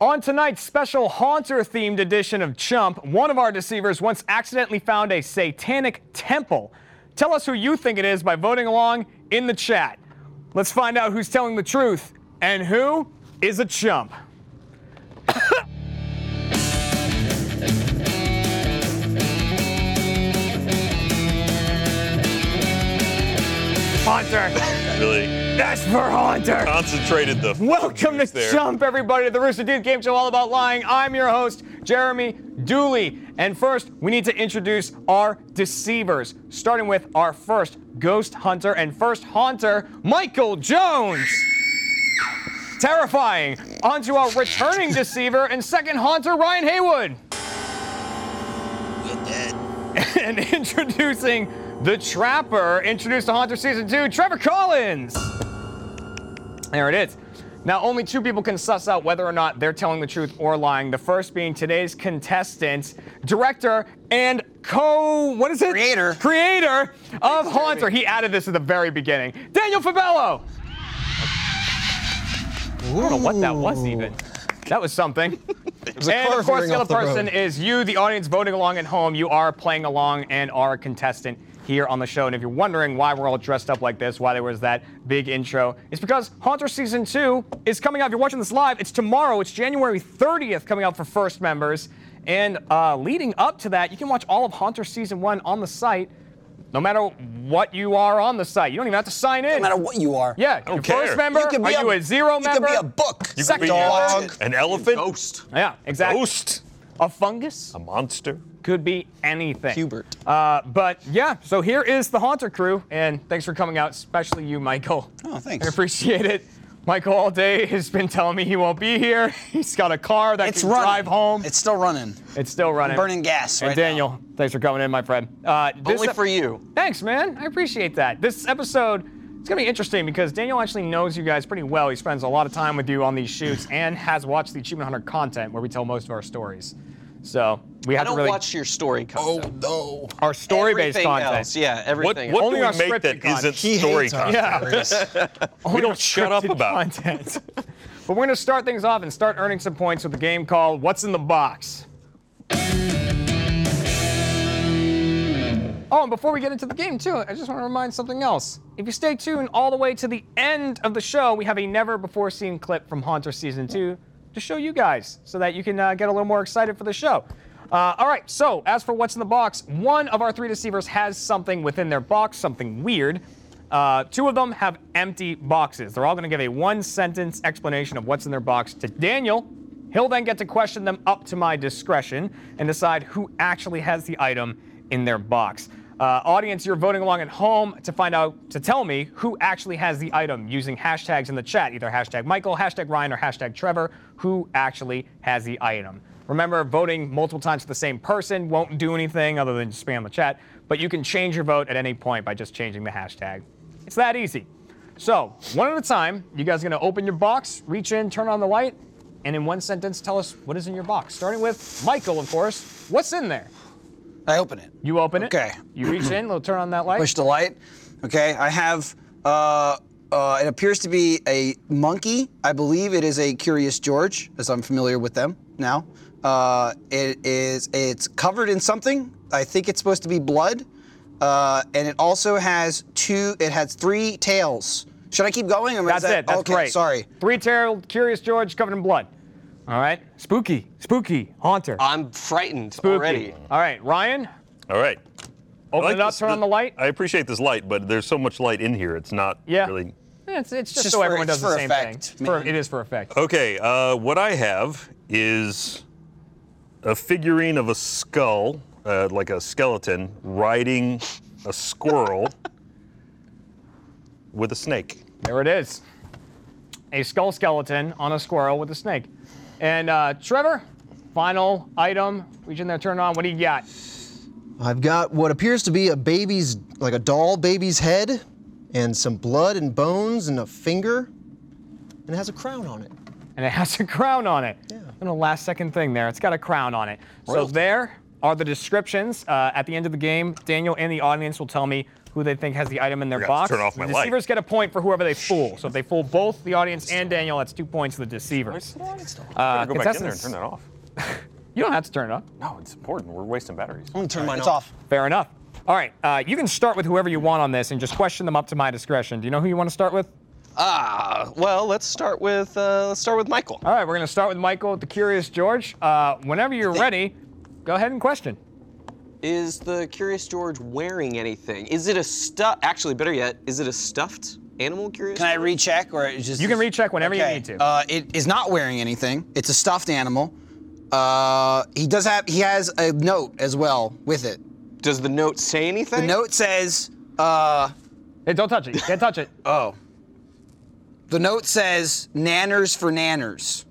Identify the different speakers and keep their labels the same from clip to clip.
Speaker 1: On tonight's special Haunter themed edition of Chump, one of our deceivers once accidentally found a satanic temple. Tell us who you think it is by voting along in the chat. Let's find out who's telling the truth and who is a chump. Haunter,
Speaker 2: Really
Speaker 1: that's for Haunter.
Speaker 2: concentrated the.
Speaker 1: Welcome to
Speaker 2: focus there.
Speaker 1: Jump, everybody, to the Rooster Teeth Game Show, all about lying. I'm your host, Jeremy Dooley. And first, we need to introduce our deceivers, starting with our first ghost hunter and first haunter, Michael Jones. Terrifying. On to our returning deceiver and second haunter, Ryan Haywood. And introducing the Trapper, introduced to Haunter Season 2, Trevor Collins. There it is. Now, only two people can suss out whether or not they're telling the truth or lying. The first being today's contestant, director, and co what is it?
Speaker 3: Creator.
Speaker 1: Creator of Haunter. He added this at the very beginning. Daniel Fabello. I don't know what that was even. That was something.
Speaker 3: was a
Speaker 1: and
Speaker 3: car
Speaker 1: of course,
Speaker 3: veering
Speaker 1: the
Speaker 3: off
Speaker 1: other
Speaker 3: the
Speaker 1: person
Speaker 3: road.
Speaker 1: is you, the audience voting along at home. You are playing along and are a contestant here on the show. And if you're wondering why we're all dressed up like this, why there was that big intro, it's because Haunter Season 2 is coming out. If you're watching this live, it's tomorrow. It's January 30th coming out for first members. And uh, leading up to that, you can watch all of Haunter Season 1 on the site. No matter what you are on the site, you don't even have to sign in.
Speaker 3: No matter what you are.
Speaker 1: Yeah,
Speaker 2: don't
Speaker 1: you're
Speaker 2: care.
Speaker 1: first member.
Speaker 3: You could be
Speaker 1: are you a zero member?
Speaker 3: You could be a book.
Speaker 2: You
Speaker 1: Sect
Speaker 2: could be
Speaker 1: dog.
Speaker 2: An elephant.
Speaker 3: Ghost.
Speaker 1: Yeah, exactly.
Speaker 2: Ghost.
Speaker 1: A fungus
Speaker 2: A monster.
Speaker 1: could be anything.
Speaker 3: Hubert.
Speaker 1: Uh, but yeah, so here is the Haunter crew, and thanks for coming out, especially you, Michael.
Speaker 3: Oh, thanks.
Speaker 1: I appreciate it. Michael all day has been telling me he won't be here. He's got a car that
Speaker 3: It's
Speaker 1: can
Speaker 3: running.
Speaker 1: drive home.
Speaker 3: It's still running.
Speaker 1: It's still running.
Speaker 3: burning gas
Speaker 1: And
Speaker 3: right now.
Speaker 1: Daniel, thanks for coming in, my friend. Uh, this
Speaker 3: Only for you.
Speaker 1: Thanks, man. I appreciate that. This episode it's gonna be interesting because Daniel actually knows you guys pretty well. He spends a lot of time with you on these shoots and has watched the Achievement Hunter content where we tell most of our stories. So we have
Speaker 4: I
Speaker 1: to
Speaker 4: don't
Speaker 1: really
Speaker 4: watch your story content.
Speaker 3: Oh, no.
Speaker 1: our story-based
Speaker 4: Everything
Speaker 1: content.
Speaker 4: else, yeah,
Speaker 2: What,
Speaker 4: everything.
Speaker 2: what
Speaker 4: else.
Speaker 1: Only
Speaker 2: do
Speaker 1: our
Speaker 2: we make
Speaker 1: scripted
Speaker 2: that
Speaker 1: content.
Speaker 2: not
Speaker 3: He
Speaker 2: story
Speaker 3: hates our
Speaker 2: content?
Speaker 3: stories.
Speaker 2: We don't shut up
Speaker 1: scripted
Speaker 2: about it.
Speaker 1: content. but we're going to start things off and start earning some points with a game called What's in the Box. Oh, and before we get into the game, too, I just want to remind something else. If you stay tuned all the way to the end of the show, we have a never before seen clip from Haunter Season 2 to show you guys so that you can uh, get a little more excited for the show. Uh, all right, so as for what's in the box, one of our three deceivers has something within their box, something weird. Uh, two of them have empty boxes. They're all going to give a one sentence explanation of what's in their box to Daniel. He'll then get to question them up to my discretion and decide who actually has the item in their box. Uh, audience, you're voting along at home to find out, to tell me who actually has the item using hashtags in the chat, either hashtag Michael, hashtag Ryan, or hashtag Trevor, who actually has the item. Remember, voting multiple times for the same person won't do anything other than just spam the chat, but you can change your vote at any point by just changing the hashtag. It's that easy. So, one at a time, you guys are gonna open your box, reach in, turn on the light, and in one sentence, tell us what is in your box. Starting with Michael, of course. What's in there?
Speaker 3: I open it.
Speaker 1: You open it.
Speaker 3: Okay.
Speaker 1: You reach in, little turn on that light.
Speaker 3: Push the light. Okay. I have. Uh, uh, it appears to be a monkey. I believe it is a Curious George, as I'm familiar with them now. Uh, it is. It's covered in something. I think it's supposed to be blood. Uh, and it also has two. It has three tails. Should I keep going? Or is
Speaker 1: That's
Speaker 3: that-
Speaker 1: it. That's
Speaker 3: okay,
Speaker 1: great.
Speaker 3: Sorry.
Speaker 1: Three-tailed, curious George covered in blood. All right. Spooky. Spooky. Haunter.
Speaker 3: Uh,
Speaker 4: I'm frightened
Speaker 1: Spooky.
Speaker 4: already.
Speaker 1: All right, Ryan.
Speaker 2: All right. I
Speaker 1: Open
Speaker 2: like
Speaker 1: it up.
Speaker 2: this-
Speaker 1: Turn on the light.
Speaker 2: I appreciate this light, but there's so much light in here. It's not
Speaker 1: Yeah.
Speaker 2: really.
Speaker 1: Yeah, it's, it's just,
Speaker 3: just
Speaker 1: so
Speaker 3: for-
Speaker 1: everyone
Speaker 3: it's
Speaker 1: does the
Speaker 3: for
Speaker 1: same
Speaker 3: effect,
Speaker 1: thing. For,
Speaker 3: man.
Speaker 1: it is for effect.
Speaker 2: Okay. Uh, what I have is a figurine of a skull, uh, like a skeleton, riding a squirrel with a snake.
Speaker 1: There it is. A skull skeleton on a squirrel with a snake. And uh, Trevor, final item. Reach in there, turn it on. What do you got?
Speaker 5: I've got what appears to be a baby's, like a doll baby's head, and some blood and bones and a finger, and it has a crown on it.
Speaker 1: and it has a crown on it. Yeah. And a last second thing there, it's got a crown on it. So there are the descriptions. Uh, at the end of the game, Daniel and the audience will tell me who they think has the item in their
Speaker 2: Forgot to
Speaker 1: box.
Speaker 2: turn off my
Speaker 1: the
Speaker 2: light.
Speaker 1: deceivers get a point for whoever they fool. So if they fool both the audience and Daniel, that's two points to the deceivers. Uh,
Speaker 2: Better go back in there and
Speaker 1: contestants-
Speaker 2: turn that off.
Speaker 1: You don't have to turn it off.
Speaker 2: No, Oh, it's important. We're wasting batteries.
Speaker 5: I'm gonna turn mine
Speaker 3: It's off.
Speaker 1: Fair enough. All right, uh, you can start with whoever you want on this and just question them up to my discretion. Do you know who you want to start with?
Speaker 4: Ah, well, let's start with uh, let's start with Michael.
Speaker 1: All right, we're going to start with Michael, the Curious George. Uh, whenever you're ready, go ahead and question.
Speaker 4: Is the Curious George wearing anything? Is it a stuff? Actually, better yet, is it a stuffed animal? Curious.
Speaker 3: Can I
Speaker 4: George?
Speaker 3: recheck or it just?
Speaker 1: You can recheck whenever you need to.
Speaker 3: Uh, it is not wearing anything. It's a stuffed animal. Uh, he does have. He has a note as well with it.
Speaker 4: Does the note say anything?
Speaker 3: The note says. Uh,
Speaker 1: Hey, don't touch it. You can't touch it.
Speaker 3: oh. The note says "nanners for nanners."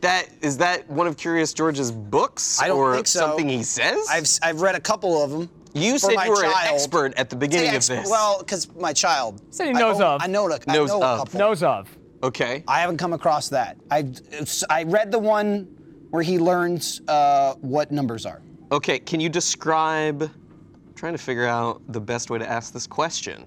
Speaker 4: That is that one of Curious George's books
Speaker 3: I don't
Speaker 4: or
Speaker 3: think so.
Speaker 4: something he says?
Speaker 3: I've s- I've read a couple of them.
Speaker 4: you
Speaker 3: for
Speaker 4: said
Speaker 3: my
Speaker 4: you were
Speaker 3: child.
Speaker 4: an expert at the beginning
Speaker 3: Say
Speaker 4: of
Speaker 3: expert-
Speaker 4: this.
Speaker 3: Well, because my child.
Speaker 1: Said he
Speaker 3: I
Speaker 1: knows
Speaker 3: own-
Speaker 1: of.
Speaker 3: I know a, I
Speaker 4: Knows
Speaker 3: know a
Speaker 4: of.
Speaker 3: couple.
Speaker 1: Knows of.
Speaker 4: okay.
Speaker 3: I haven't come across that. I I read the one where he learns uh, what numbers are.
Speaker 4: Okay, can you describe? I'm trying to figure out the best way to ask this question.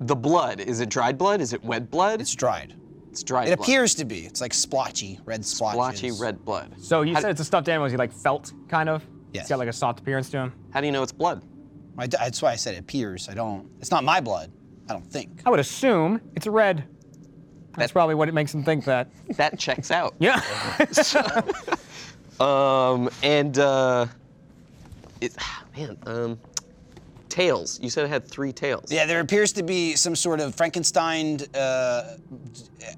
Speaker 4: The blood, is it dried blood? Is it wet blood?
Speaker 3: It's dried.
Speaker 4: It's dried
Speaker 3: It
Speaker 4: blood.
Speaker 3: appears to be. It's like splotchy, red splotches.
Speaker 4: blotchy red blood.
Speaker 1: So you
Speaker 4: How-
Speaker 1: said it's a stuffed animal. Is he like felt, kind of?
Speaker 3: Yes.
Speaker 1: He's got like a soft appearance to him.
Speaker 4: How do you know it's blood?
Speaker 3: I d that's why I said it appears. I don't. It's not my blood. I don't think.
Speaker 1: I would assume it's red. That's probably what it makes him think that.
Speaker 4: That checks out.
Speaker 1: Yeah.
Speaker 4: Um, and uh, it, man, um, tails. You said it had three tails.
Speaker 3: Yeah, there appears to be some sort of Frankenstein uh,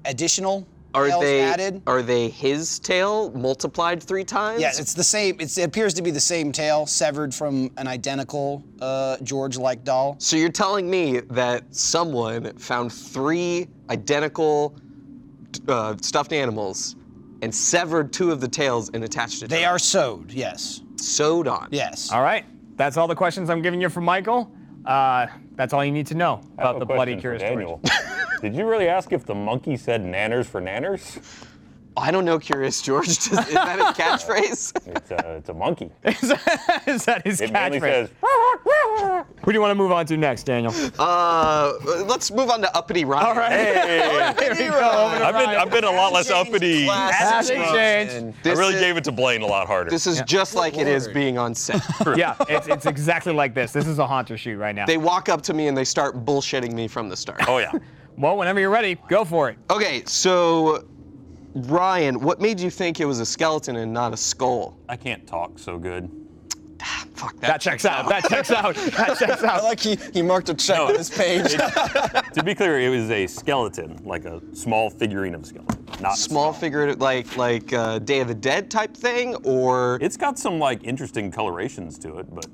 Speaker 3: additional
Speaker 4: Are
Speaker 3: tails
Speaker 4: they
Speaker 3: added.
Speaker 4: are they his tail multiplied three times?
Speaker 3: Yes, it's the same. It's, it appears to be the same tail, severed from an identical uh, George-like doll.
Speaker 4: So you're telling me that someone found three identical uh, stuffed animals and severed two of the tails and attached it.
Speaker 3: They are sewed. Yes.
Speaker 4: sewed on.
Speaker 3: Yes.
Speaker 1: all right. That's all the questions I'm giving you from Michael. Uh, that's all you need to know about the bloody curious George.
Speaker 2: Did you really ask if the monkey said nanners for nanners?
Speaker 4: I don't know, Curious George. Does, is that his catchphrase?
Speaker 2: It's a, it's a monkey.
Speaker 1: is, that- is that his
Speaker 2: It mainly
Speaker 1: catchphrase?
Speaker 2: says,
Speaker 1: Who do you want to move on to next, Daniel?
Speaker 4: uh, let's move on to Uppity Ryan. All right.
Speaker 2: hey.
Speaker 1: Here we go. Over to
Speaker 2: I've been,
Speaker 1: Ryan.
Speaker 2: I've been a lot less uppity. I
Speaker 4: Class.
Speaker 1: Hasn't changed.
Speaker 2: really
Speaker 4: is-
Speaker 2: gave it to Blaine a lot harder.
Speaker 4: This is just like it is
Speaker 3: Lord.
Speaker 4: being on set.
Speaker 1: Yeah, it's, it's exactly like this. This is a haunter shoot right now.
Speaker 4: they walk up to me and they start bullshitting me from the start.
Speaker 2: oh, yeah.
Speaker 1: well, whenever you're ready, go for it.
Speaker 4: Okay, so Ryan, what made you think it was a skeleton and not a skull?
Speaker 2: I can't talk so good.
Speaker 4: Fuck that.
Speaker 1: That checks out. That checks out. That checks out.
Speaker 3: like he, he marked a check
Speaker 2: on his
Speaker 3: page.
Speaker 2: To be clear, it was a skeleton, like a small figurine of a skeleton. Not
Speaker 4: small figurative, like like uh, Day of the Dead type thing, or
Speaker 2: It's got some like interesting colorations to it, but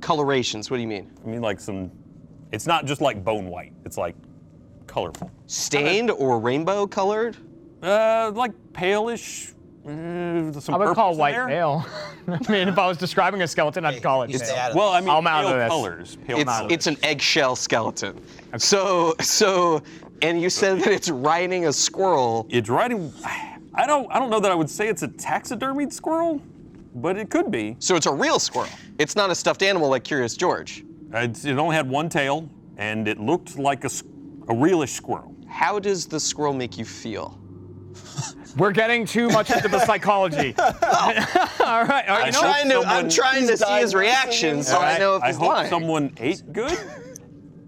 Speaker 4: colorations. What do you mean?
Speaker 2: I mean like some. It's not just like bone white. It's like colorful.
Speaker 4: Stained or rainbow colored?
Speaker 2: Uh, like palish. Uh, some
Speaker 1: I would
Speaker 2: purples
Speaker 1: call
Speaker 2: in
Speaker 1: white
Speaker 2: there.
Speaker 1: pale. I mean, if I was describing a skeleton, I'd call it.
Speaker 3: you
Speaker 1: pale.
Speaker 3: stay out of
Speaker 2: Well, I mean,
Speaker 1: I'm out
Speaker 2: pale
Speaker 1: of this.
Speaker 2: colors. Pale
Speaker 4: It's
Speaker 2: colors.
Speaker 4: it's an eggshell skeleton. So so, and you said that it's riding a squirrel.
Speaker 2: It's riding. I don't. I don't know that I would say it's a taxidermied squirrel, but it could be.
Speaker 4: So it's a real squirrel. It's not a stuffed animal like Curious George.
Speaker 2: It's, it only had one tail, and it looked like a, s- a realish squirrel.
Speaker 4: How does the squirrel make you feel?
Speaker 1: We're getting too much into the psychology. all right. All right you know what?
Speaker 4: trying to, I'm
Speaker 2: someone-
Speaker 4: trying to see his
Speaker 3: diagnosing
Speaker 4: reaction, so I know if
Speaker 2: I
Speaker 4: he's
Speaker 2: hope
Speaker 4: lying.
Speaker 2: someone ate good.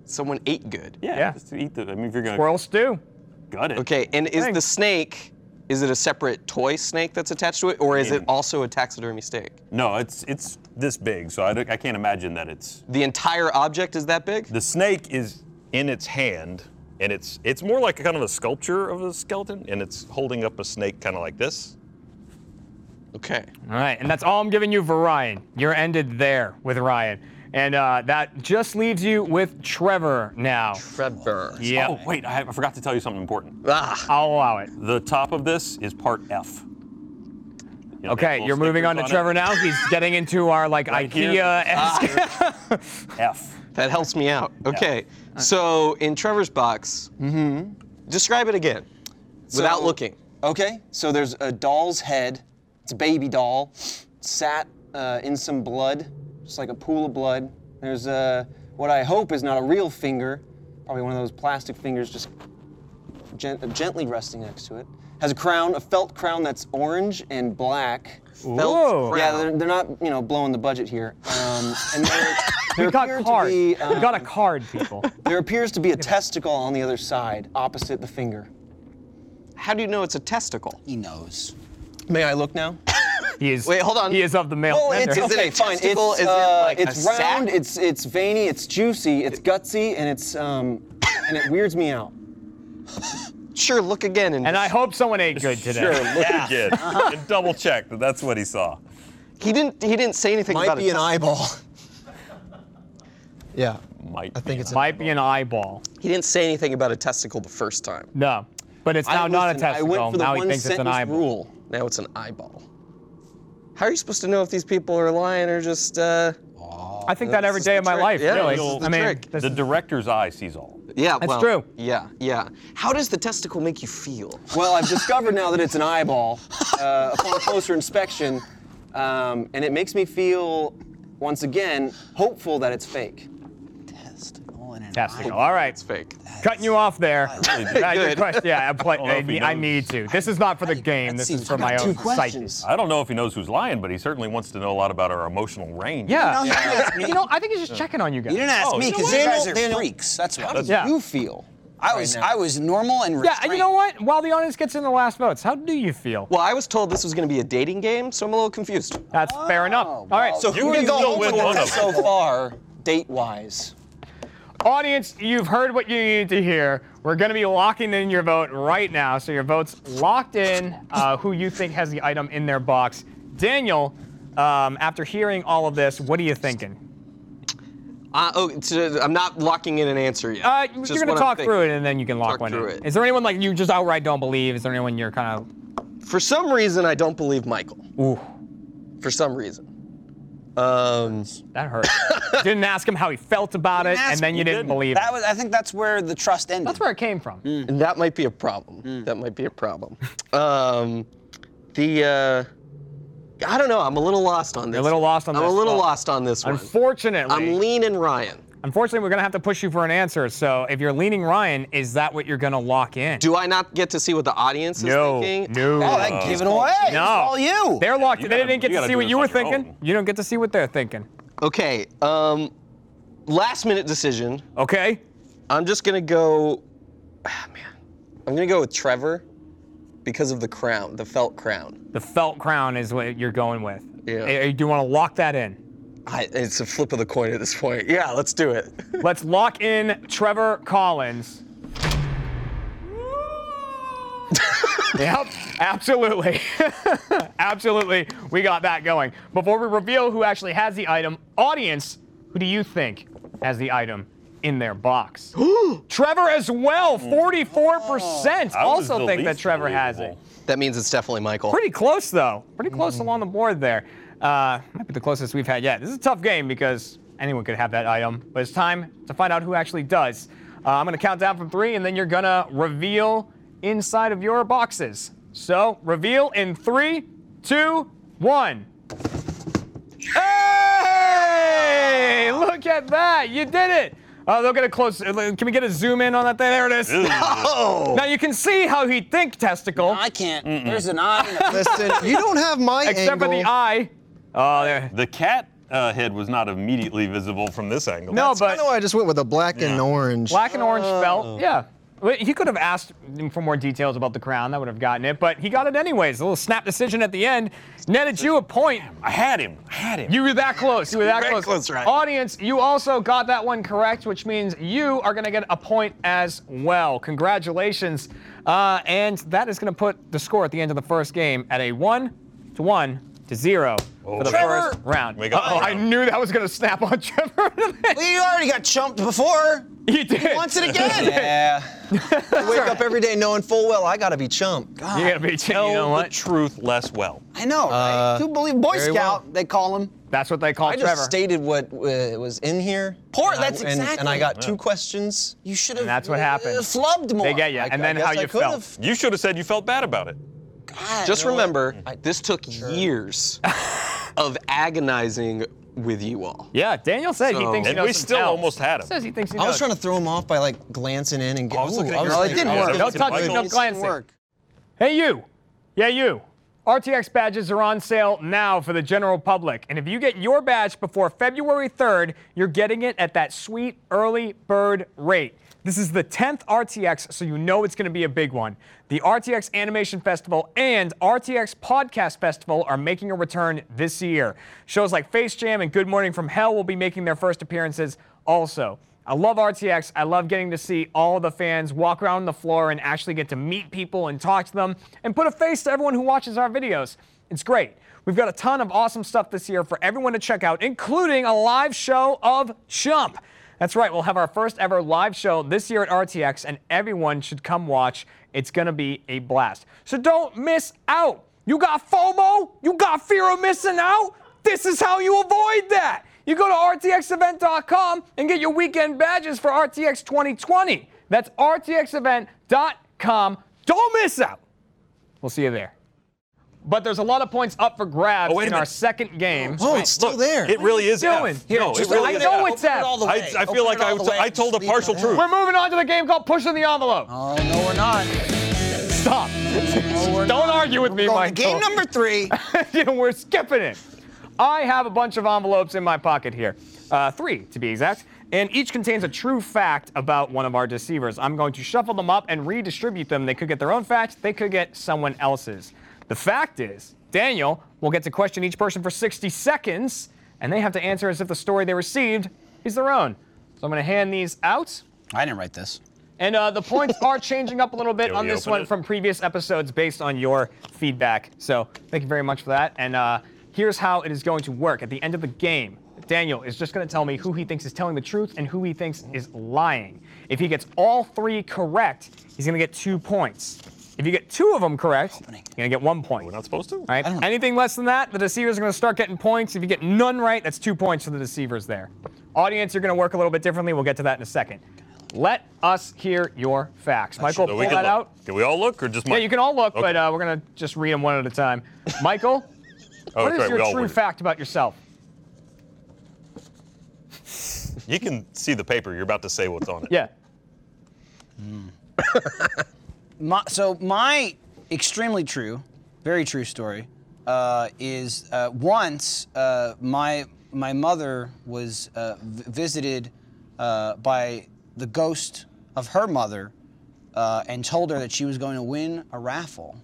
Speaker 4: Someone ate good.
Speaker 2: Yeah,
Speaker 1: Yeah.
Speaker 2: just to eat the. I mean, if you're gonna
Speaker 1: Squirrel stew.
Speaker 2: gut it.
Speaker 4: Okay, and is the
Speaker 1: Thanks.
Speaker 4: snake? Is it a separate toy snake that's attached to it, or is it
Speaker 2: Mm.
Speaker 4: also a taxidermy snake?
Speaker 2: No, it's it's this big, so I, don't- I can't imagine that it's
Speaker 4: The entire object is that big?
Speaker 2: the snake is in its hand, and it's it's more like a kind of a sculpture of a skeleton, and it's holding up a snake kind of like this.
Speaker 4: Okay.
Speaker 1: All right, and that's all I'm giving you for Ryan. You're ended there with Ryan, and uh, that just leaves you with Trevor now.
Speaker 4: Trevor.
Speaker 1: Yeah, Uh.
Speaker 2: Oh wait, I, have, I forgot to tell you something important.
Speaker 4: Ah,
Speaker 1: I'll allow it.
Speaker 2: The top of this is part F. You know,
Speaker 1: Okay,
Speaker 2: those
Speaker 1: you're
Speaker 2: little
Speaker 1: moving on to
Speaker 2: stickers
Speaker 1: Trevor
Speaker 2: it? Ah.
Speaker 1: now. He's getting into our like
Speaker 2: Right here.
Speaker 1: IKEA esque.
Speaker 2: F.
Speaker 4: that helps me out. Okay. So in Trevor's box, describe it again without
Speaker 6: So-
Speaker 4: looking.
Speaker 6: Okay, so there's a doll's head. It's a baby doll, sat uh, in some blood, just like a pool of blood, There's a what I hope is not a real finger, probably one of those plastic fingers just gen- gently resting next to it. Has a crown, a felt crown that's orange and black.
Speaker 4: Felt
Speaker 1: Whoa.
Speaker 4: crown.
Speaker 6: Yeah, they're, they're not you know blowing the budget here. Um, and there, there
Speaker 1: We got
Speaker 6: appear to
Speaker 1: card.
Speaker 6: be,
Speaker 1: we got a
Speaker 6: um,
Speaker 1: card, people.
Speaker 6: There appears to be a testicle on the other side, opposite the finger.
Speaker 4: How do you know it's a testicle?
Speaker 3: He knows.
Speaker 6: May I look now?
Speaker 1: He is.
Speaker 4: Wait, hold on.
Speaker 1: He is of the male
Speaker 6: Oh,
Speaker 1: gender.
Speaker 6: it's,
Speaker 4: Is it a
Speaker 6: okay, fine. It's,
Speaker 4: testicle? Is it
Speaker 6: uh,
Speaker 4: like a
Speaker 6: it's round.
Speaker 4: sack?
Speaker 6: It's it's veiny. It's juicy. It's gutsy, and it's um, and it weirds me out.
Speaker 4: Sure, look again and,
Speaker 1: and I hope someone ate good today.
Speaker 2: Sure, look again. And double check that that's what he saw.
Speaker 4: he didn't he didn't say anything
Speaker 5: Might
Speaker 4: about
Speaker 5: be
Speaker 4: it.
Speaker 5: an eyeball. yeah.
Speaker 2: Might
Speaker 5: I think it's an
Speaker 1: Might be an eyeball.
Speaker 4: He didn't say anything about a testicle the first time.
Speaker 1: No, but it's now
Speaker 6: I,
Speaker 1: not a
Speaker 6: listen, I
Speaker 1: testicle.
Speaker 6: went for the
Speaker 1: now
Speaker 6: one
Speaker 1: he thinks it's an
Speaker 6: sentence
Speaker 1: eyeball.
Speaker 6: rule.
Speaker 4: Now it's an eyeball. How are you supposed to know if these people are lying or just uh
Speaker 1: I think that every
Speaker 4: is
Speaker 1: day
Speaker 4: the
Speaker 1: of my
Speaker 4: trick.
Speaker 1: life,
Speaker 4: Yeah,
Speaker 1: really.
Speaker 4: this is the
Speaker 1: I mean,
Speaker 4: trick.
Speaker 1: this
Speaker 2: the
Speaker 1: is-
Speaker 2: director's eye sees all.
Speaker 4: Yeah,
Speaker 1: That's
Speaker 4: well,
Speaker 1: true.
Speaker 4: Yeah, yeah. How does the testicle make you feel?
Speaker 6: Well, I've discovered now that it's an eyeball uh, upon closer inspection, um, and it makes me feel, once again, hopeful that it's fake.
Speaker 3: Testicle and an
Speaker 1: Testicle.
Speaker 3: eye.
Speaker 1: All right.
Speaker 4: It's fake.
Speaker 1: Cutting you off there. Uh, your
Speaker 4: Good.
Speaker 1: question- Yeah, I, play,
Speaker 2: don't know
Speaker 1: I,
Speaker 2: if he
Speaker 1: need, I
Speaker 2: knows.
Speaker 1: need to. This is not for the game. This is
Speaker 3: seems-
Speaker 1: for
Speaker 3: I've
Speaker 1: my
Speaker 3: got two
Speaker 1: own
Speaker 3: questions.
Speaker 1: psyche.
Speaker 2: I don't know if he knows who's lying, but he certainly wants to know a lot about our emotional range.
Speaker 1: Yeah.
Speaker 3: You didn't ask me.
Speaker 1: You know, I think he's just checking on you guys.
Speaker 3: You didn't ask
Speaker 2: Oh,
Speaker 3: me
Speaker 2: you know
Speaker 3: because
Speaker 2: what?
Speaker 3: you guys
Speaker 2: Daniel-
Speaker 3: are
Speaker 2: Daniel-
Speaker 3: freaks. That's why.
Speaker 1: Yeah.
Speaker 6: You feel.
Speaker 3: I was
Speaker 6: now.
Speaker 3: I was normal and
Speaker 1: Yeah,
Speaker 3: restrained.
Speaker 1: you know what? While the audience gets in the last votes, how do you feel?
Speaker 4: Well, I was told this was going to be a dating game, so I'm a little confused.
Speaker 1: That's
Speaker 4: oh,
Speaker 1: fair enough. All right.
Speaker 6: So
Speaker 2: You
Speaker 6: who
Speaker 2: can
Speaker 6: did the
Speaker 2: go with
Speaker 6: homework
Speaker 2: one of
Speaker 6: so
Speaker 2: them.
Speaker 6: far, date-wise?
Speaker 1: Audience, you've heard what you need to hear. We're going to be locking in your vote right now. So your vote's locked in uh, who you think has the item in their box. Daniel, um, after hearing all of this, what are you thinking?
Speaker 4: Uh, oh, it's, uh, I'm not locking in an answer yet.
Speaker 1: Uh,
Speaker 4: Just
Speaker 1: you're
Speaker 4: what
Speaker 1: going
Speaker 4: I'm
Speaker 1: to talk
Speaker 4: thinking.
Speaker 1: through it and then you can lock
Speaker 4: Talk
Speaker 1: one
Speaker 4: through
Speaker 1: in.
Speaker 4: it.
Speaker 1: Is there anyone like you just outright don't believe? Is there anyone you're kind
Speaker 4: For some reason, I don't believe Michael.
Speaker 1: of, ooh,
Speaker 4: For some reason. Um,
Speaker 1: that hurt? didn't ask him how he felt about it and
Speaker 3: ask
Speaker 1: then
Speaker 3: him.
Speaker 1: you didn't, believe it.
Speaker 3: That was. I think that's where the trust ended.
Speaker 1: That's where it came from.
Speaker 4: and that might be a problem.
Speaker 1: Hmm.
Speaker 4: That might be a problem. Um, the uh, I don't know. I'm a little lost on this.
Speaker 1: a little lost on
Speaker 4: I'm
Speaker 1: this.
Speaker 4: a little
Speaker 1: Well,
Speaker 4: lost on this one.
Speaker 1: Unfortunately,
Speaker 4: I'm leaning Ryan.
Speaker 1: unfortunately, we're going to have to push you for an answer. So if you're leaning Ryan, is that what you're going to lock in?
Speaker 4: Do I not get to see what the audience
Speaker 1: no,
Speaker 4: is thinking?
Speaker 1: no.
Speaker 3: Oh, that give it away. It's
Speaker 1: No.
Speaker 3: all you.
Speaker 1: They're locked.
Speaker 2: you
Speaker 1: they
Speaker 2: gotta-
Speaker 1: didn't get
Speaker 2: you
Speaker 1: to
Speaker 2: gotta
Speaker 1: see
Speaker 2: do
Speaker 1: what
Speaker 2: this
Speaker 1: you
Speaker 2: on
Speaker 1: were
Speaker 2: your
Speaker 1: thinking.
Speaker 2: own.
Speaker 1: You don't get to see what they're thinking.
Speaker 4: Okay. Um, last minute decision.
Speaker 1: Okay.
Speaker 4: I'm just gonna go. ah, man, I'm gonna go with Trevor because of the crown, the felt crown.
Speaker 1: The felt crown is what you're going with.
Speaker 4: Yeah.
Speaker 1: Eh, eh, Do you want to lock that in?
Speaker 4: I, it's a flip of the coin at this point. Yeah, let's do it.
Speaker 1: Let's lock in Trevor Collins. yep, absolutely. absolutely. We got that going. Before we reveal who actually has the item, audience, who do you think has the item in their box? Trevor as well, 44%
Speaker 2: I was
Speaker 1: also
Speaker 2: the
Speaker 1: think that
Speaker 2: least
Speaker 1: Trevor has it.
Speaker 2: believable.
Speaker 4: that means it's definitely Michael.
Speaker 1: Pretty close though. Pretty close along the board there. Uh, might be the closest we've had yet. This is a tough game because anyone could have that item, but it's time to find out who actually does. Uh, I'm gonna count down from three, and then you're gonna reveal inside of your boxes. So reveal in three, two, one. Hey! Look at that! You did it! Uh, they'll get a close. Can we get a zoom in on that thing? There it is.
Speaker 4: Oh!
Speaker 1: Now you can see how he think testicle.
Speaker 3: I can't. There's an eye. and a-
Speaker 5: Listen, you don't have my
Speaker 1: except
Speaker 5: angle.
Speaker 1: for the eye. Oh, there.
Speaker 2: The cat uh, head was not immediately visible from this angle.
Speaker 1: No,
Speaker 5: That's kind
Speaker 1: but
Speaker 5: of why I just went with a black and orange.
Speaker 1: black and orange felt. Yeah. Well, He could have asked for more details about the crown. That would have gotten it, but he got it anyways. A little snap decision at the end netted you a point.
Speaker 2: I had him. I had him.
Speaker 1: You were that close. You were that
Speaker 4: Very
Speaker 1: close.
Speaker 4: close, Ryan.
Speaker 1: Audience, you also got that one correct, which means you are going to get a point as well. Congratulations. Uh, and that is going to put the score at the end of the first game at a one to one to zero for the
Speaker 3: Trevor!
Speaker 1: first round.
Speaker 2: We got
Speaker 1: Uh-oh, I
Speaker 2: zero.
Speaker 1: knew that was going to snap on Trevor.
Speaker 3: you already got chumped before.
Speaker 1: he did.
Speaker 3: Once it again.
Speaker 6: Yeah.
Speaker 5: I wake up every day knowing full well I gotta be chump.
Speaker 1: You gotta be you
Speaker 2: Tell
Speaker 1: know
Speaker 2: the
Speaker 1: what?
Speaker 2: truth less well.
Speaker 3: I know. right? Who believe Boy
Speaker 5: Uh, very
Speaker 3: Scout? They call him.
Speaker 1: That's what they call
Speaker 5: I
Speaker 1: Trevor.
Speaker 5: just stated what uh, was in here.
Speaker 3: Poor-
Speaker 5: and I-
Speaker 3: that's
Speaker 5: and, And I
Speaker 3: exactly-
Speaker 5: got two questions.
Speaker 3: You should have.
Speaker 1: And that's what happened.
Speaker 3: Uh, flubbed more.
Speaker 1: they get you,
Speaker 5: I-
Speaker 1: and
Speaker 5: I
Speaker 1: then
Speaker 5: guess
Speaker 1: how
Speaker 5: I
Speaker 1: you
Speaker 5: could
Speaker 1: felt.
Speaker 5: have.
Speaker 2: You should have said you felt bad about it.
Speaker 3: God,
Speaker 4: Just
Speaker 3: you know what?
Speaker 4: remember, this took years. of agonizing with you all.
Speaker 1: Yeah, Daniel said he
Speaker 4: So-
Speaker 1: thinks he
Speaker 2: And
Speaker 1: knows
Speaker 2: we
Speaker 1: some
Speaker 2: still
Speaker 1: talents.
Speaker 2: almost had him.
Speaker 1: Says he thinks he knows.
Speaker 5: I was trying to throw him off by like glancing in and getting.
Speaker 2: I was looking
Speaker 5: ooh,
Speaker 2: at your
Speaker 5: was
Speaker 3: it
Speaker 5: thinking-
Speaker 3: didn't
Speaker 5: I was
Speaker 3: work.
Speaker 5: looking
Speaker 1: Oh, Don't touch it.
Speaker 2: Michael.
Speaker 1: No
Speaker 3: It didn't
Speaker 1: glancing.
Speaker 3: work.
Speaker 1: Hey, you. Yeah, you. RTX badges are on sale now for the general public. And if you get your badge before February 3rd, you're getting it at that sweet early bird rate. This is the 10th RTX, so you know it's going to be a big one. The RTX Animation Festival and RTX Podcast Festival are making a return this year. Shows like Face Jam and Good Morning from Hell will be making their first appearances also. I love RTX. I love getting to see all the fans walk around the floor and actually get to meet people and talk to them and put a face to everyone who watches our videos. It's great. We've got a ton of awesome stuff this year for everyone to check out, including a live show of Chump. That's right, we'll have our first ever live show this year at RTX, and everyone should come watch. It's gonna be a blast. So don't miss out. You got FOMO? You got fear of missing out? This is how you avoid that. You go to rtxevent.com and get your weekend badges for RTX 2020. That's rtxevent.com. Don't miss out. We'll see you there. But there's a lot of points up for grabs
Speaker 2: Oh, wait a
Speaker 1: in our
Speaker 2: minute.
Speaker 1: second game.
Speaker 5: Oh, it's still
Speaker 2: Look,
Speaker 5: there.
Speaker 2: It really is
Speaker 1: What are you
Speaker 2: F.
Speaker 1: doing?
Speaker 2: No,
Speaker 1: Here,
Speaker 2: it
Speaker 1: just
Speaker 2: really
Speaker 1: I
Speaker 2: is
Speaker 1: know
Speaker 2: F.
Speaker 1: it's F.
Speaker 2: I, I feel like I, was- I told a partial truth.
Speaker 1: We're moving on to the game called Pushing the Envelope.
Speaker 3: Oh no, we're not.
Speaker 1: Stop. Don't argue with me,
Speaker 3: Going
Speaker 1: Michael.
Speaker 3: to game number three.
Speaker 1: Yeah, we're skipping it. I have a bunch of envelopes in my pocket here, uh, three to be exact, and each contains a true fact about one of our deceivers. I'm going to shuffle them up and redistribute them. They could get their own facts, they could get someone else's. The fact is, Daniel will get to question each person for 60 seconds, and they have to answer as if the story they received is their own. So I'm going to hand these out.
Speaker 3: I didn't write this.
Speaker 1: And uh, the points are changing up a little bit
Speaker 2: Yeah,
Speaker 1: on
Speaker 2: we
Speaker 1: this
Speaker 2: open
Speaker 1: one
Speaker 2: it.
Speaker 1: from previous episodes based on your feedback. So thank you very much for that. And uh, here's how it is going to work. At the end of the game, Daniel is just going to tell me who he thinks is telling the truth and who he thinks is lying. If he gets all three correct, he's going to get two points. If you get two of them correct, you're going to get one point.
Speaker 2: We're not supposed to?
Speaker 1: All right.
Speaker 3: don't-
Speaker 1: Anything less than that, the deceivers are going to start getting points. If you get none right, that's two points for the deceivers there. Audience, you're going to work a little bit differently. We'll get to that in a second. Let us hear your facts. Michael,
Speaker 2: So
Speaker 1: pull
Speaker 2: we
Speaker 1: that
Speaker 2: can look.
Speaker 1: out.
Speaker 2: Can we all look or just
Speaker 1: Yeah,
Speaker 2: Mike?
Speaker 1: you can all look,
Speaker 2: Okay.
Speaker 1: but uh, we're going to just read them one at a time. Michael,
Speaker 2: Oh,
Speaker 1: what
Speaker 2: that's
Speaker 1: is
Speaker 2: right, we
Speaker 1: your
Speaker 2: all
Speaker 1: true
Speaker 2: would.
Speaker 1: fact about yourself?
Speaker 2: You can see the paper. You're about to say what's on it.
Speaker 1: Yeah.
Speaker 3: My, so my extremely true, very true story uh, is uh, once uh, my my mother was uh, v- visited uh, by the ghost of her mother uh, and told her that she was going to win a raffle.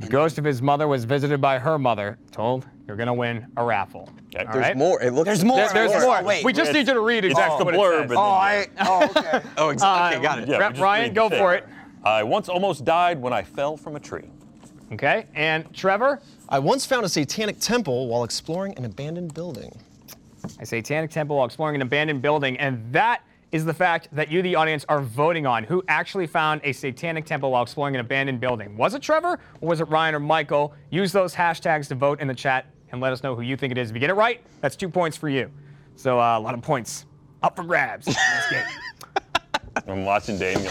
Speaker 1: The ghost of his mother was visited by her mother, told you're going to win a raffle.
Speaker 2: Okay.
Speaker 1: All
Speaker 2: There's
Speaker 1: right?
Speaker 4: More. It looks
Speaker 3: There's more.
Speaker 1: There- there's
Speaker 3: Oh,
Speaker 1: more.
Speaker 3: Wait.
Speaker 1: we just need you to read exactly
Speaker 2: the
Speaker 1: what it
Speaker 2: blurb
Speaker 1: says.
Speaker 2: and
Speaker 3: oh,
Speaker 2: then-
Speaker 3: I. Oh, okay.
Speaker 4: Oh, exactly.
Speaker 1: Uh,
Speaker 4: got it.
Speaker 2: Yeah, we
Speaker 1: Ra-
Speaker 2: just
Speaker 1: Ryan,
Speaker 2: read
Speaker 1: go
Speaker 2: the
Speaker 1: for
Speaker 2: paper. I once almost died when I fell from a tree.
Speaker 1: Okay. And Trevor,
Speaker 5: I once found a satanic temple while exploring an abandoned building.
Speaker 1: a satanic temple while exploring an abandoned building, and that is the fact that you, the audience, are voting on who actually found a satanic temple while exploring an abandoned building. Was it Trevor or was it Ryan or Michael? Use those hashtags to vote in the chat and let us know who you think it is. If you get it right, that's two points for you. So uh, a lot of points up for grabs. in this game.
Speaker 2: I'm watching Damien.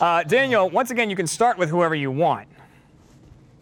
Speaker 1: Uh, Daniel, once again, you can start with whoever you want.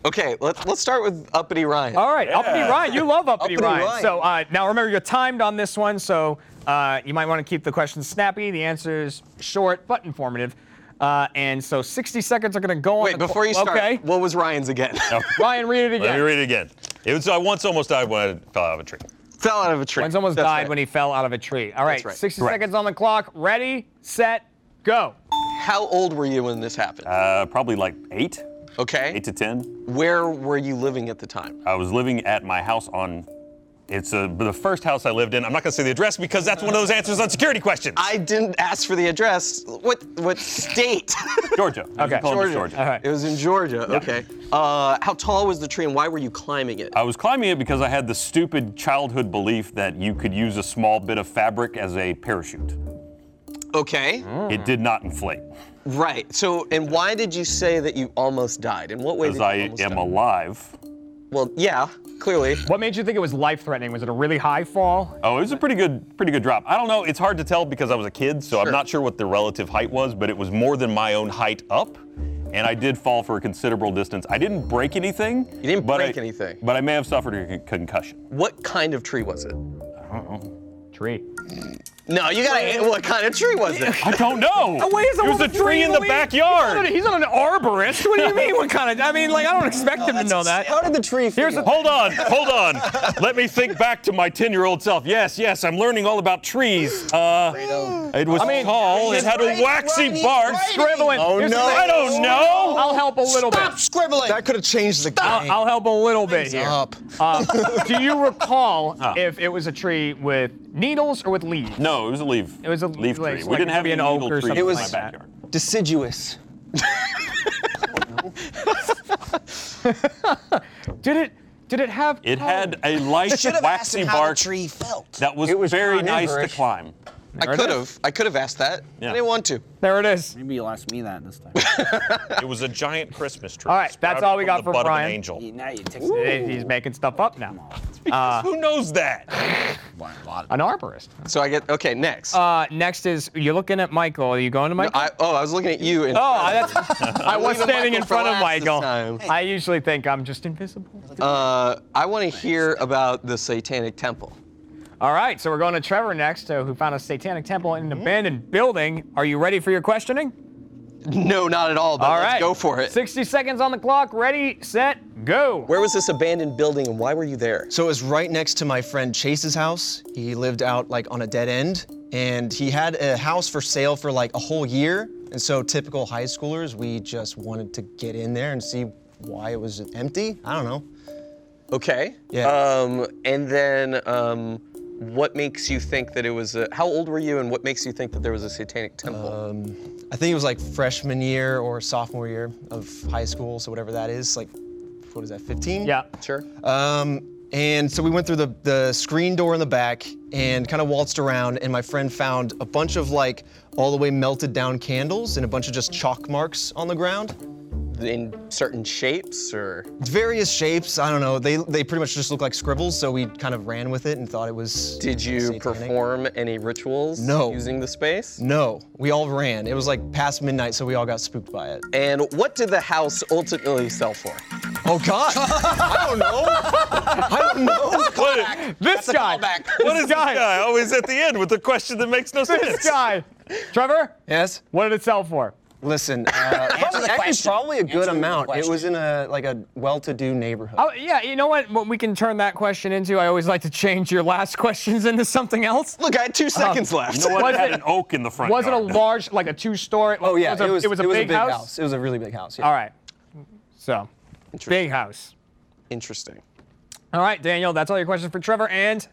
Speaker 4: Okay, let's let's start with Uppity Ryan.
Speaker 1: All right, Uppity Ryan. You love Uppity,
Speaker 4: Uppity
Speaker 1: Ryan.
Speaker 4: Ryan.
Speaker 1: So uh, now remember, you're timed on this one, so uh, you might want to keep the questions snappy, the answers short but informative. Uh, and so 60 seconds are going to go on.
Speaker 4: Wait,
Speaker 1: the
Speaker 4: before you
Speaker 1: clock.
Speaker 4: start,
Speaker 1: Okay.
Speaker 4: what was Ryan's again?
Speaker 1: Ryan, read it
Speaker 2: Let me
Speaker 1: again.
Speaker 2: read it again. It was I once almost died when I fell out of a tree.
Speaker 4: Fell out of a tree.
Speaker 1: Ryan's almost
Speaker 4: That's
Speaker 1: died
Speaker 4: right.
Speaker 1: when he fell out of a tree. All right,
Speaker 4: right.
Speaker 1: 60 seconds on the clock. Ready, set, go.
Speaker 4: How old were you when this happened?
Speaker 2: Uh, probably like eight,
Speaker 4: okay.
Speaker 2: eight to ten.
Speaker 4: Where were you living at the time?
Speaker 2: I was living at my house on. It's uh the first house I lived in. I'm not gonna say the address because that's one of those answers on security questions.
Speaker 4: I didn't ask for the address. What what state?
Speaker 2: Georgia.
Speaker 1: Okay.
Speaker 2: Georgia.
Speaker 1: Georgia.
Speaker 2: Georgia.
Speaker 1: All right.
Speaker 4: It was in Georgia. Okay. Uh, how tall was the tree and why were you climbing it?
Speaker 2: I was climbing it because I had the stupid childhood belief that you could use a small bit of fabric as a parachute.
Speaker 4: Okay.
Speaker 2: It did not inflate.
Speaker 4: Right. So, and why did you say that you almost died? In what way did
Speaker 2: Because
Speaker 4: you
Speaker 2: I
Speaker 4: almost
Speaker 2: am
Speaker 4: die?
Speaker 2: alive.
Speaker 4: well, yeah, clearly.
Speaker 1: What made you think it was life threatening? Was it a really high fall?
Speaker 2: Oh, it was a pretty good, pretty good drop. I don't know. It's hard to tell because I was a kid, so
Speaker 4: Sure.
Speaker 2: I'm not sure what the relative height was, but it was more than my own height up, and I did fall for a considerable distance. I didn't break anything. You
Speaker 4: didn't
Speaker 2: but
Speaker 4: break
Speaker 2: I-
Speaker 4: anything.
Speaker 2: But I may have suffered a con- concussion.
Speaker 4: What kind of tree was it?
Speaker 1: Tree.
Speaker 4: No, you gotta. What kind of tree was it?
Speaker 2: I don't know.
Speaker 1: Oh, Wait, is
Speaker 2: it was a tree in the
Speaker 1: Lee?
Speaker 2: backyard.
Speaker 1: He's not, an, he's not an arborist. What do you mean? What kind of? I mean, like, I don't expect him to know that.
Speaker 6: How did the tree
Speaker 2: Here's
Speaker 6: figure-
Speaker 2: hold on, hold on. Let me think back to my ten-year-old self. Yes, yes, I'm learning all about trees. Uh, it was tall. It had a waxy bark.
Speaker 1: Scribbling.
Speaker 4: Oh,
Speaker 1: Here's the
Speaker 4: no.
Speaker 1: thing.
Speaker 2: I don't know.
Speaker 1: I'll help a little
Speaker 3: Stop
Speaker 1: bit.
Speaker 3: scribbling.
Speaker 5: That could have changed the game.
Speaker 1: I'll, I'll help a little bit here.
Speaker 5: Up.
Speaker 1: Um, do you recall if it was a tree with needles or with leaves?
Speaker 2: No, it was a leaf.
Speaker 1: It was a
Speaker 2: leaf
Speaker 1: like-
Speaker 2: tree.
Speaker 1: like
Speaker 2: we didn't have
Speaker 1: maybe
Speaker 2: any
Speaker 1: an oak
Speaker 2: needle
Speaker 1: or
Speaker 2: trees
Speaker 1: something
Speaker 2: in
Speaker 1: like
Speaker 2: my
Speaker 1: that.
Speaker 2: backyard.
Speaker 6: deciduous.
Speaker 1: Did it? Did it have?
Speaker 2: It
Speaker 1: oh,
Speaker 2: had a light
Speaker 3: Should have asked
Speaker 2: waxy
Speaker 3: him how the
Speaker 2: bark
Speaker 3: tree felt.
Speaker 2: that was,
Speaker 6: It was
Speaker 2: very nice to
Speaker 6: carnivorish.
Speaker 2: climb.
Speaker 4: I could have. I could have asked that.
Speaker 2: Yeah.
Speaker 4: I didn't want to.
Speaker 1: There it is.
Speaker 7: Maybe you'll ask me that this time.
Speaker 2: It was a giant Christmas tree.
Speaker 1: All right, that's
Speaker 2: sprouted
Speaker 1: all we
Speaker 2: from
Speaker 1: got
Speaker 2: the
Speaker 1: for
Speaker 2: butt of an
Speaker 1: Brian.
Speaker 2: angel.
Speaker 7: now you text me.
Speaker 1: He's making stuff up now.
Speaker 2: Who knows that?
Speaker 1: An arborist.
Speaker 4: So I get okay. Next.
Speaker 1: Uh, next is you're looking at Michael. Are you going to Michael?
Speaker 4: I, oh, I was looking at you. And
Speaker 1: oh, I- that's, I was
Speaker 4: leaving
Speaker 1: standing in
Speaker 4: Michael for
Speaker 1: front of
Speaker 4: last this
Speaker 1: Michael.
Speaker 4: time.
Speaker 1: I usually think I'm just invisible.
Speaker 4: Uh, I want to hear about the Satanic Temple.
Speaker 1: All right, so we're going to Trevor next, uh, who found a satanic temple in an
Speaker 4: Mm-hmm.
Speaker 1: abandoned building. Are you ready for your questioning?
Speaker 4: No, not at all. But
Speaker 1: All
Speaker 4: let's
Speaker 1: right.
Speaker 4: go for it.
Speaker 1: 60 seconds on the clock. Ready, set, go.
Speaker 4: Where was this abandoned building, and why were you there?
Speaker 5: So it was right next to my friend Chase's house. He lived out like on a dead end, and he had a house for sale for like a whole year. And so typical high schoolers, we just wanted to get in there and see why it was empty. I don't know.
Speaker 4: Okay.
Speaker 5: Yeah.
Speaker 4: Um, and then, um, what makes you think that it was? A, how old were you, and what makes you think that there was a Satanic Temple?
Speaker 5: I think it was like freshman year or sophomore year of high school, so whatever that is, like what is that, 15?
Speaker 1: Yeah.
Speaker 4: sure.
Speaker 5: Um, and so we went through the, the screen door in the back and kind of waltzed around, and my friend found a bunch of like all the way melted down candles and a bunch of just chalk marks on the ground.
Speaker 4: in certain shapes, or
Speaker 5: Various shapes, I don't know, they, they pretty much just look like scribbles, so we kind of ran with it and thought it was.
Speaker 4: did you
Speaker 5: satanic.
Speaker 4: perform any rituals?
Speaker 5: No.
Speaker 4: Using the space.
Speaker 5: No, we all ran. It was like past midnight, so we all got spooked by it.
Speaker 4: And what did the house ultimately sell for?
Speaker 5: Oh, God! I don't know! I don't know!
Speaker 2: What,
Speaker 1: This guy.
Speaker 2: what is this guy always at the end with a question that makes no sense?
Speaker 1: This guy. Trevor,
Speaker 5: Yes?
Speaker 1: what did it sell for?
Speaker 5: Listen, uh,
Speaker 3: the
Speaker 5: probably, actually
Speaker 3: question.
Speaker 5: probably a good
Speaker 3: Answer the
Speaker 5: amount. It
Speaker 3: question.
Speaker 5: was in a like a well-to-do neighborhood.
Speaker 1: Oh, yeah, you know what? What we can turn that question into, I always like to change your last questions into something else.
Speaker 4: Look, I had two seconds left.
Speaker 2: You know what?
Speaker 1: Was
Speaker 2: It had
Speaker 1: it-
Speaker 2: an oak in the front
Speaker 1: Was it a
Speaker 2: yard.
Speaker 1: large, like a two-story?
Speaker 3: Oh yeah,
Speaker 1: it was a, big, house?
Speaker 3: It was a really big house. Yeah.
Speaker 1: All right. So, big house.
Speaker 4: Interesting.
Speaker 1: All right, Daniel, that's all your questions for Trevor, and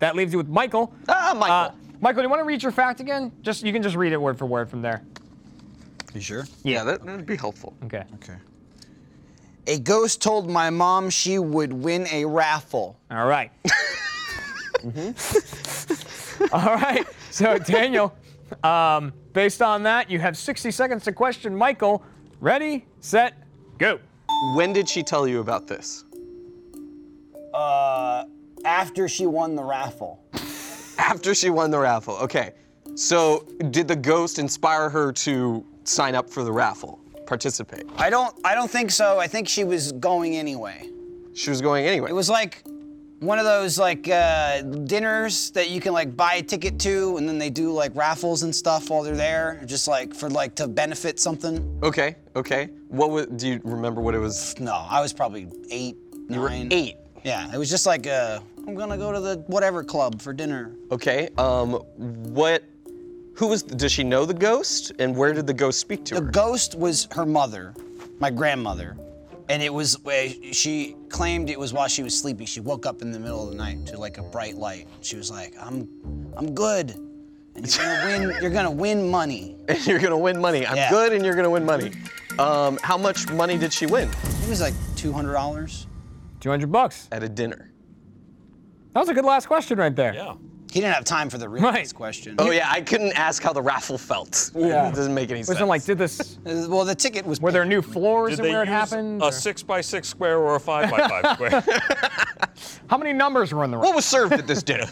Speaker 1: that leaves you with Michael.
Speaker 4: Ah, Michael.
Speaker 1: Uh, Michael, do you want to read your fact again? Just you can just read it word for word from there.
Speaker 3: You sure?
Speaker 4: yeah, that, that'd be helpful.
Speaker 1: Okay.
Speaker 3: Okay. A ghost told my mom she would win a raffle.
Speaker 1: All right. Mm-hmm. All right. So Daniel, um, based on that, you have 60 seconds to question Michael. Ready, set, go.
Speaker 4: When did she tell you about this?
Speaker 7: After she won the raffle.
Speaker 4: After she won the raffle. Okay. So, did the ghost inspire her to sign up for the raffle, participate?
Speaker 3: I don't. I don't think so. I think she was going anyway.
Speaker 4: She was going anyway.
Speaker 3: It was like one of those like uh, dinners that you can like buy a ticket to, and then they do like raffles and stuff while they're there, just like for like to benefit something.
Speaker 4: okay. Okay. What was? Do you remember what it was?
Speaker 3: No, I was probably eight, nine.
Speaker 4: were eight.
Speaker 3: Yeah, it was just like uh, I'm gonna go to the whatever club for dinner.
Speaker 4: Okay. Um. What? Who was? Does she know the ghost? And where did the ghost speak to
Speaker 3: The
Speaker 4: her?
Speaker 3: ghost was her mother, my grandmother, and it was uh, she claimed it was while she was sleeping. She woke up in the middle of the night to like a bright light. She was like, "I'm, I'm good, and you're gonna win. You're gonna win money."
Speaker 4: you're gonna win money. I'm
Speaker 3: Yeah.
Speaker 4: good, and you're gonna win money. Um. How much money did she win
Speaker 3: It was like two hundred dollars.
Speaker 1: 200 bucks.
Speaker 2: Uh,
Speaker 4: at a dinner?
Speaker 1: That was a good last question right there.
Speaker 2: Yeah.
Speaker 3: He didn't have time for the real
Speaker 1: Right.
Speaker 3: question.
Speaker 4: Oh yeah, I couldn't ask how the raffle felt.
Speaker 6: Yeah.
Speaker 4: it doesn't make any sense.
Speaker 1: Wasn't like, did this?
Speaker 3: Uh, Well, the ticket was.
Speaker 1: Were there new floors
Speaker 2: Did
Speaker 1: and
Speaker 2: they
Speaker 1: where it
Speaker 2: use
Speaker 1: happened?
Speaker 2: a
Speaker 1: or-
Speaker 2: six by six square or a five by five square?
Speaker 1: How many numbers were in the room?
Speaker 4: what was served at this dinner?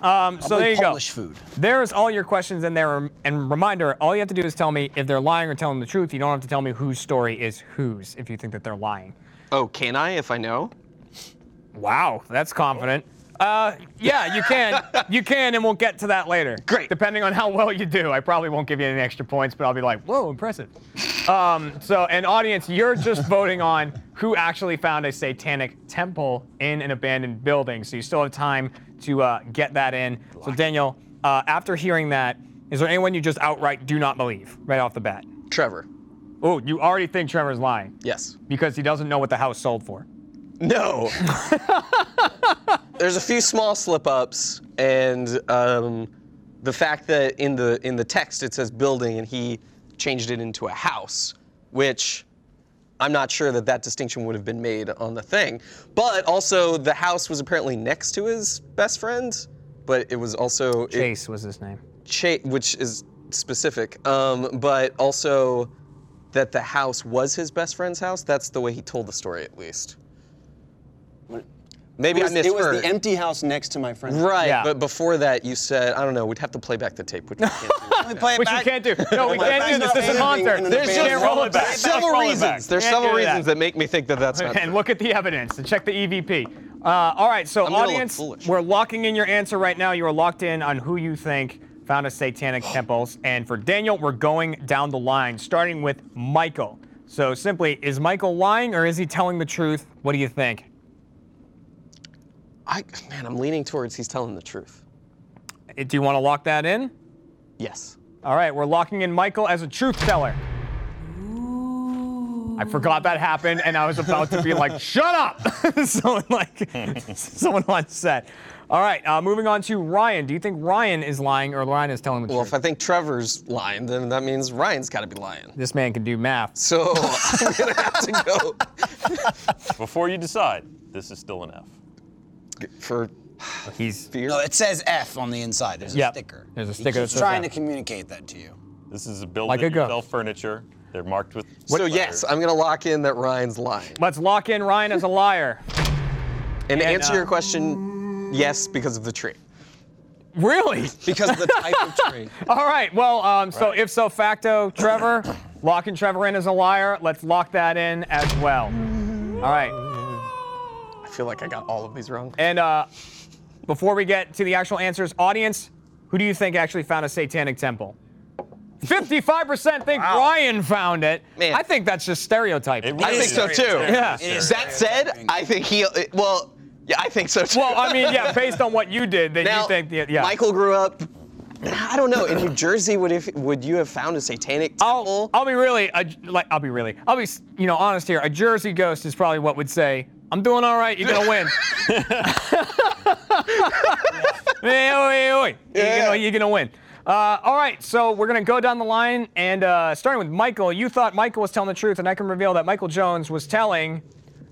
Speaker 1: so there you
Speaker 3: Polish
Speaker 1: go.
Speaker 3: food.
Speaker 1: There's all your questions in there. And reminder, all you have to do is tell me if they're lying or telling the truth. You don't have to tell me whose story is whose if you think that they're lying.
Speaker 4: oh, can I if I know?
Speaker 1: Wow, that's confident. Uh, yeah, you can. you can, and we'll get to that later.
Speaker 4: Great.
Speaker 1: Depending on how well you do, I probably won't give you any extra points, but I'll be like, whoa, impressive. Um, so, an audience, you're just voting on who actually found a satanic temple in an abandoned building. So, you still have time to uh, get that in. So, Daniel, uh, after hearing that, is there anyone you just outright do not believe right off the bat?
Speaker 4: Trevor.
Speaker 1: Oh, you already think Trevor's lying
Speaker 4: Yes.
Speaker 1: because he doesn't know what the house sold for.
Speaker 4: No. There's a few small slip-ups, and um, the fact that in the in the text it says building, and he changed it into a house, which I'm not sure that that distinction would have been made on the thing. But also, the house was apparently next to his best friend, but it was also it-
Speaker 1: Chase was his name.
Speaker 4: cha- which is specific, um, but also that the house was his best friend's house. That's the way he told the story, at least. Maybe
Speaker 6: It was,
Speaker 4: I
Speaker 6: it was
Speaker 4: misheard.
Speaker 6: the empty house next to my friend.
Speaker 4: right,
Speaker 1: Yeah.
Speaker 4: but before that, you said I don't know. We'd have to play back the tape, which we can't do.
Speaker 3: Let me play it
Speaker 1: Which
Speaker 3: back.
Speaker 1: you can't do. No, we can't do this. This is Haunter.
Speaker 6: There's
Speaker 1: We
Speaker 6: just-
Speaker 1: can't roll it back.
Speaker 4: There's several
Speaker 1: Roll it back.
Speaker 4: reasons. There's
Speaker 1: Can't
Speaker 4: several
Speaker 1: do
Speaker 4: reasons that make me think that that's not
Speaker 1: And
Speaker 4: true.
Speaker 1: look at the evidence and check the EVP. Uh, all right, so
Speaker 4: I'm gonna look
Speaker 1: audience,
Speaker 4: foolish.
Speaker 1: we're locking in your answer right now. You are locked in on who you think found a satanic temples. And for Daniel, we're going down the line, starting with Michael. So simply, is Michael lying or is he telling the truth? What do you think?
Speaker 4: I, man, I'm leaning towards he's telling the truth.
Speaker 1: Uh, Do you want to lock that in?
Speaker 4: Yes.
Speaker 1: All right, we're locking in Michael as a truth teller. I forgot that happened, and I was about to be like, "Shut up!" someone like someone on set. All right, uh, moving on to Ryan. Do you think Ryan is lying or Ryan is telling the
Speaker 4: Well, if
Speaker 1: truth?
Speaker 4: I think Trevor's lying, then that means Ryan's got to be lying.
Speaker 1: this man can do math.
Speaker 4: So I'm gonna have to go
Speaker 2: Before you decide, this is still an F.
Speaker 4: for
Speaker 1: He's
Speaker 4: fear.
Speaker 3: No, it says F on the inside. There's
Speaker 1: Yep.
Speaker 3: a sticker.
Speaker 1: There's a
Speaker 3: He
Speaker 1: sticker
Speaker 3: keeps
Speaker 1: that says
Speaker 3: trying
Speaker 1: F.
Speaker 3: to communicate that to you.
Speaker 2: This is a build
Speaker 1: Like
Speaker 2: like
Speaker 1: a go.
Speaker 2: sell furniture. They're marked with.
Speaker 4: so yes, I'm gonna lock in that Ryan's lying.
Speaker 1: let's lock in Ryan as a liar.
Speaker 4: And to answer
Speaker 1: uh,
Speaker 4: your question, yes, because of the tree.
Speaker 1: Really?
Speaker 4: Because of the type of tree.
Speaker 1: All right. Well, um, so if so facto, Trevor, locking Trevor in as a liar. Let's lock that in as well. All right.
Speaker 4: I feel like I got all of these wrong.
Speaker 1: And uh, before we get to the actual answers, audience, who do you think actually found a satanic temple? 55% think Ryan found it.
Speaker 4: Man.
Speaker 1: I think that's just stereotyping.
Speaker 4: I think so too.
Speaker 1: Yeah.
Speaker 4: That said, I think he. Well, yeah, I think so too.
Speaker 1: well, I mean, yeah, based on what you did, then
Speaker 4: now,
Speaker 1: you think, yeah. yeah.
Speaker 4: Michael grew up. I don't know. In New Jersey, would if would you have found a satanic
Speaker 1: I'll,
Speaker 4: temple?
Speaker 1: I'll be really, uh, like, I'll be really, I'll be, s- you know, honest here. A Jersey ghost is probably what would say, I'm doing all right, you're gonna win. Hey, oi, oi, oi. You're, gonna, you're gonna win. Uh, all right, so we're gonna go down the line, and uh, starting with Michael, you thought Michael was telling the truth, and I can reveal that Michael Jones was telling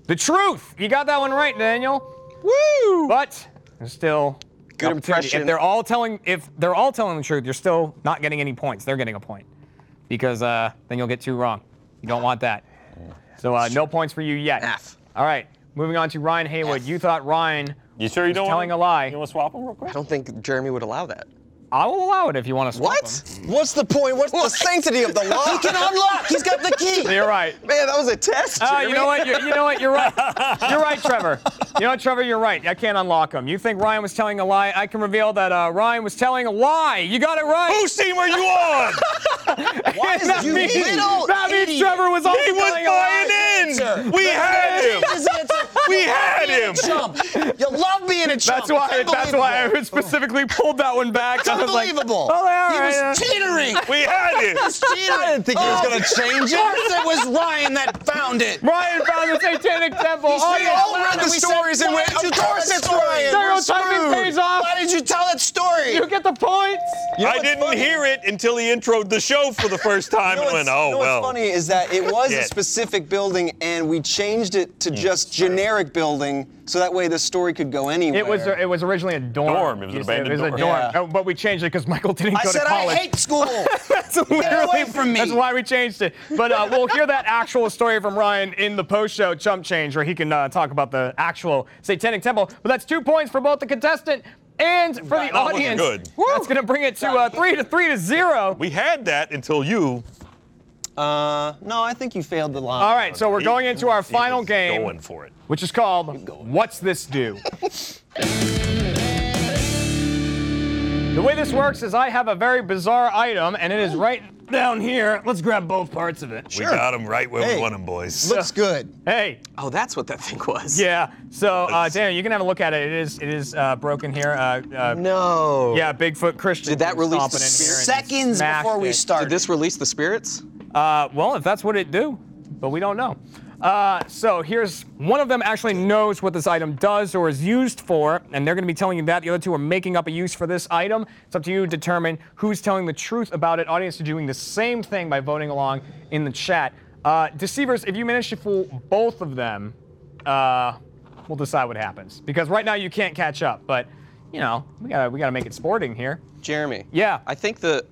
Speaker 1: the truth. You got that one right, Daniel. Woo! But there's still
Speaker 4: Good
Speaker 1: opportunity.
Speaker 4: impression.
Speaker 1: If they're all telling, if they're all telling the truth, you're still not getting any points. They're getting a point because uh, then you'll get two wrong. You don't want that. So uh, no points for you yet.
Speaker 4: F.
Speaker 1: All right, moving on to Ryan Haywood. You thought Ryan.
Speaker 2: You sure you
Speaker 1: was
Speaker 2: don't
Speaker 1: telling
Speaker 2: wanna,
Speaker 1: a lie?
Speaker 2: You want to swap them real
Speaker 4: I
Speaker 2: quick?
Speaker 4: don't think Jeremy would allow that.
Speaker 1: I will allow it if you want to. Swap
Speaker 4: What?
Speaker 5: What's the point? What's
Speaker 4: Well,
Speaker 5: the sanctity of the law?
Speaker 3: He can unlock. He's got the key.
Speaker 1: them. You're right.
Speaker 4: Man, that was a test.
Speaker 1: Ah,
Speaker 4: Jeremy.
Speaker 1: you know what? You're, you know what? You're right. You're right, Trevor. You know what, Trevor? You're right. I can't unlock him. You think Ryan was telling a lie? I can reveal that uh, Ryan was telling a lie. You got it right.
Speaker 2: Whose team are you on?
Speaker 3: Why is
Speaker 1: that
Speaker 3: you
Speaker 1: means,
Speaker 3: little
Speaker 1: that means
Speaker 3: idiot?
Speaker 1: Trevor was also
Speaker 2: he was
Speaker 1: telling a lie.
Speaker 2: buying in. We had him.
Speaker 3: His answer.
Speaker 2: We had him.
Speaker 3: Chump. You love being a chump.
Speaker 1: That's why.
Speaker 3: It's
Speaker 1: That's why I
Speaker 3: unbelievable.
Speaker 1: specifically pulled that one back.
Speaker 3: It's
Speaker 1: I was like,
Speaker 3: unbelievable.
Speaker 1: oh, yeah, all right,
Speaker 3: he
Speaker 1: yeah.
Speaker 3: was teetering.
Speaker 2: We had him.
Speaker 3: I didn't think
Speaker 1: Oh,
Speaker 3: he was gonna change it. Of course, it was Ryan that found it.
Speaker 1: Ryan found the satanic temple.
Speaker 3: We
Speaker 1: Audience,
Speaker 7: "Oh,
Speaker 3: all read the
Speaker 1: we said
Speaker 3: stories and
Speaker 1: why
Speaker 3: went,
Speaker 1: did you
Speaker 3: of
Speaker 1: tell
Speaker 3: course
Speaker 1: that
Speaker 3: it's
Speaker 1: story?
Speaker 3: Ryan. We're
Speaker 1: Stereotyping
Speaker 3: screwed.
Speaker 1: pays off.
Speaker 3: Why did you tell that story?
Speaker 1: You get the points.
Speaker 2: I didn't hear it until he introed the show for the first time and went, oh,
Speaker 6: you know
Speaker 2: well.
Speaker 6: what's funny is that it was
Speaker 2: Yeah.
Speaker 6: a specific building and we changed it to just generic generic building, so that way the story could go anywhere.
Speaker 1: It was it was originally a dorm.
Speaker 2: Dorm, it was an
Speaker 1: You said
Speaker 2: abandoned
Speaker 1: It was a
Speaker 2: dorm.
Speaker 1: dorm,
Speaker 6: Yeah.
Speaker 1: Oh, but we changed it because Michael didn't
Speaker 7: I
Speaker 1: go
Speaker 7: said
Speaker 1: to
Speaker 7: I
Speaker 1: college.
Speaker 7: hate school.
Speaker 1: that's literally
Speaker 7: away from me.
Speaker 1: That's why we changed it. But uh, we'll hear that actual story from Ryan in the post-show Chump Change, where he can uh, talk about the actual Satanic Temple. But that's two points for both the contestant and for the
Speaker 2: not looking
Speaker 1: audience.
Speaker 2: good.
Speaker 1: That's gonna bring it to uh, three to three to zero.
Speaker 2: We had that until you.
Speaker 6: Uh, no, I think you failed the line.
Speaker 1: All right, so we're
Speaker 2: He-
Speaker 1: going into our
Speaker 2: he
Speaker 1: final
Speaker 2: was
Speaker 1: game,
Speaker 2: Going for it.
Speaker 1: which is called What's This Do? the way this works is I have a very bizarre item, and it is right down here. Let's grab both parts of it.
Speaker 2: We got him right where
Speaker 5: Hey.
Speaker 2: we want him, boys.
Speaker 5: Looks good.
Speaker 1: Hey,
Speaker 4: Oh, that's what that thing was.
Speaker 1: yeah. So, uh, Daniel, you can have a look at it. It is, it is uh, broken here. Uh, uh,
Speaker 4: No.
Speaker 1: Yeah, Bigfoot Christian.
Speaker 4: Did that
Speaker 1: came
Speaker 4: release the
Speaker 1: stomping in here and
Speaker 7: Seconds
Speaker 1: smashed
Speaker 7: before we
Speaker 1: it.
Speaker 7: start.
Speaker 4: Did this release the spirits?
Speaker 1: Uh, well, if that's what it do, but we don't know. Uh, so here's one of them actually knows what this item does or is used for, and they're going to be telling you that. The other two are making up a use for this item. It's up to you to determine who's telling the truth about it. Audience are doing the same thing by voting along in the chat. Uh, Deceivers, if you manage to fool both of them, uh, we'll decide what happens because right now you can't catch up. But you know, we gotta we gotta make it sporting here.
Speaker 4: Jeremy.
Speaker 1: Yeah.
Speaker 4: I think the.